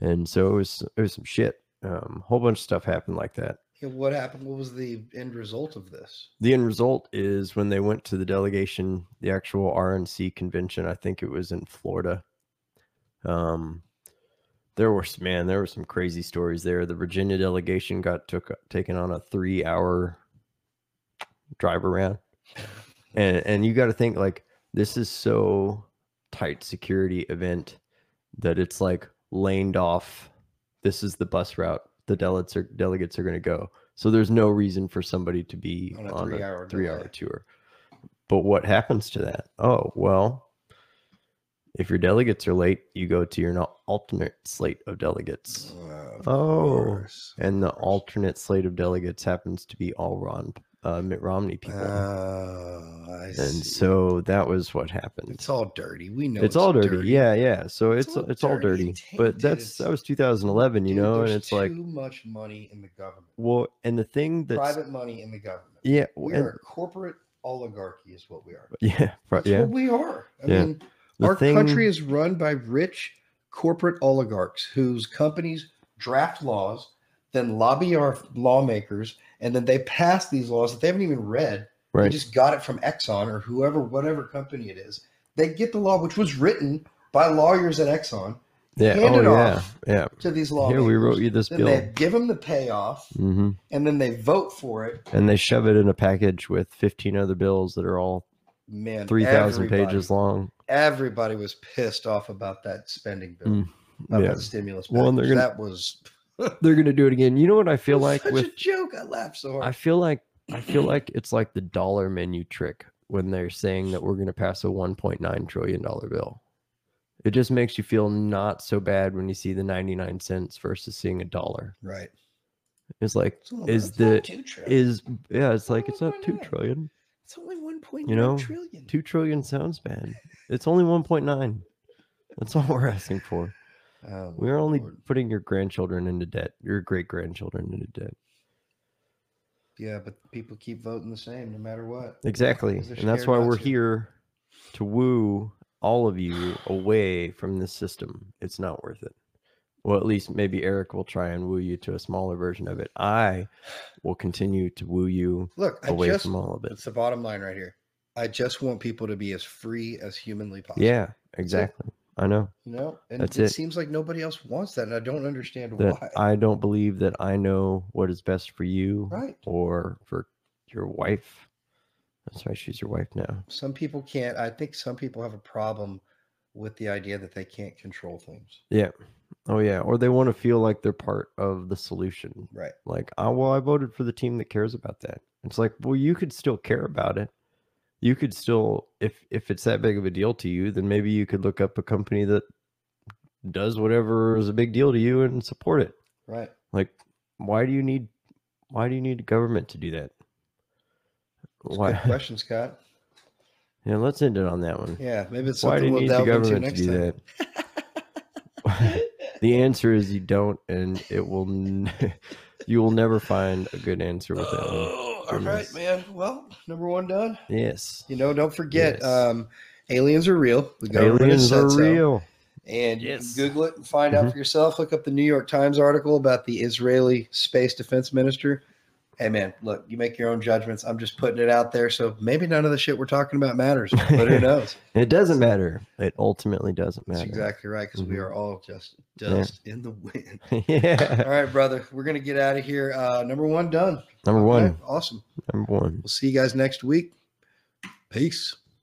S1: And so it was it was some shit. Um, whole bunch of stuff happened like that.
S2: Yeah, What happened? What was the end result of this?
S1: The end result is when they went to the delegation, the actual RNC convention, I think it was in Florida. Um, there were s- man, there were some crazy stories there. The Virginia delegation got took taken on a three hour drive around, and and you got to think like this is so tight security event that it's like laned off. This is the bus route the delegates are delegates are going to go. So there's no reason for somebody to be
S2: On
S1: on
S2: a
S1: a
S2: three-hour
S1: three hour
S2: delay.
S1: tour. But what happens to that? Oh well, if your delegates are late, you go to your no- alternate slate of delegates. Oh, And the alternate slate of delegates happens to be all Ron, uh, Mitt Romney people.
S2: Oh, I Ah, see.
S1: and so that was what happened.
S2: it's all dirty. We know
S1: it's, all dirty. Yeah, yeah. So
S2: It's
S1: it's
S2: all
S1: it's all
S2: dirty
S1: dirty.
S2: and
S1: But
S2: tainted.
S1: that's
S2: It's-
S1: that was 2011, you
S2: Dude,
S1: know, and
S2: there's
S1: it's like
S2: too much money in the government.
S1: well, and the thing that's
S2: Private money in the government.
S1: yeah,
S2: We
S1: and-
S2: are a corporate oligarchy, is what we are.
S1: yeah, pro-
S2: That's
S1: yeah.
S2: what we are. I
S1: Yeah.
S2: mean,
S1: The
S2: our
S1: thing-
S2: country is run by rich corporate oligarchs whose companies draft laws, then lobby our lawmakers, and then they pass these laws that they haven't even read. They
S1: right.
S2: just got it from Exxon or whoever, whatever company it is. They get the law, which was written by lawyers at Exxon,
S1: Yeah.
S2: hand
S1: Oh
S2: it
S1: yeah.
S2: off.
S1: Yeah.
S2: to these lawmakers.
S1: Here we wrote you this
S2: Then
S1: bill.
S2: they give them the payoff,
S1: hmm
S2: and then they vote for it.
S1: And they shove it in a package with 15 other bills that are all
S2: Man,
S1: 3,000 pages
S2: everybody-
S1: long.
S2: Everybody was pissed off about that spending bill,
S1: Mm,
S2: about
S1: yeah.
S2: the stimulus.
S1: Well, and they're
S2: package.
S1: gonna-
S2: that was
S1: They're going to do it again. You know what I feel
S2: It was
S1: like
S2: such
S1: with
S2: a joke. I laughed so hard.
S1: I feel like I feel like it's like the dollar menu trick when they're saying that we're going to pass a 1.9 trillion dollar bill. It just makes you feel not so bad when you see the 99 cents versus seeing a dollar.
S2: right.
S1: It's like
S2: It's a little-
S1: is
S2: it's not
S1: the-
S2: two trillion.
S1: is yeah, it's like it's not 2
S2: 1.9.
S1: trillion.
S2: it's only one point
S1: you know,
S2: trillion.
S1: 2 trillion sounds bad. It's only 1.9. That's all we're asking for.
S2: Oh,
S1: We're only
S2: Lord.
S1: putting your grandchildren into debt, your great grandchildren into debt.
S2: yeah, but people keep voting the same no matter what.
S1: Exactly.
S2: 'Cause they're
S1: And that's
S2: scared
S1: why
S2: not
S1: we're
S2: to.
S1: here to woo all of you away from this system. It's not worth it. Well, at least maybe Eric will try and woo you to a smaller version of it. I will continue to woo you
S2: Look, I
S1: away
S2: just
S1: from all of it.
S2: it's the bottom line right here. I just want people to be as free as humanly possible.
S1: Yeah, exactly. I know
S2: You know, and
S1: That's
S2: it,
S1: it.
S2: seems like nobody else wants that, and I don't understand why.
S1: that I don't believe that I know what is best for you
S2: right.
S1: or for your wife. That's why she's your wife now.
S2: Some people can't. I think some people have a problem with the idea that they can't control things.
S1: Oh yeah, or they want to feel like they're part of the solution
S2: Right.
S1: Like, oh, well, I voted for the team that cares about that. It's like, well, you could still care about it. You could still, if if it's that big of a deal to you, then maybe you could look up a company that does whatever is a big deal to you and support it.
S2: Right.
S1: Like, why do you need why do you need government to do that?
S2: It's a Good
S1: Why?
S2: question, Scott.
S1: Yeah, let's end it on that one.
S2: Yeah, maybe it's
S1: why do
S2: something
S1: you
S2: we'll
S1: need the
S2: delve into
S1: government to
S2: next
S1: do
S2: time.
S1: that? the answer is you don't, and it will n- you will never find a good answer with that one.
S2: Oh, all right,
S1: Goodness.
S2: man. Well, number one done.
S1: Yes.
S2: You know, don't forget,
S1: Yes.
S2: um, aliens are real. The government
S1: Aliens
S2: has said
S1: are
S2: so.
S1: real.
S2: and you
S1: Yes.
S2: can Google it and find out
S1: Mhm.
S2: for yourself. Look up the New York Times article about the Israeli space defense minister. Hey man, look, you make your own judgments. I'm just putting it out there. So maybe none of the shit we're talking about matters, but who knows?
S1: It doesn't matter. It ultimately doesn't
S2: That's
S1: matter.
S2: exactly right because we
S1: Mhm.
S2: are all just
S1: Yeah.
S2: dust in the wind. All
S1: yeah.
S2: right, brother, we're gonna get out of here. Uh, number one done.
S1: Number
S2: All
S1: one.
S2: right, awesome.
S1: Number one.
S2: We'll see you guys next week. Peace.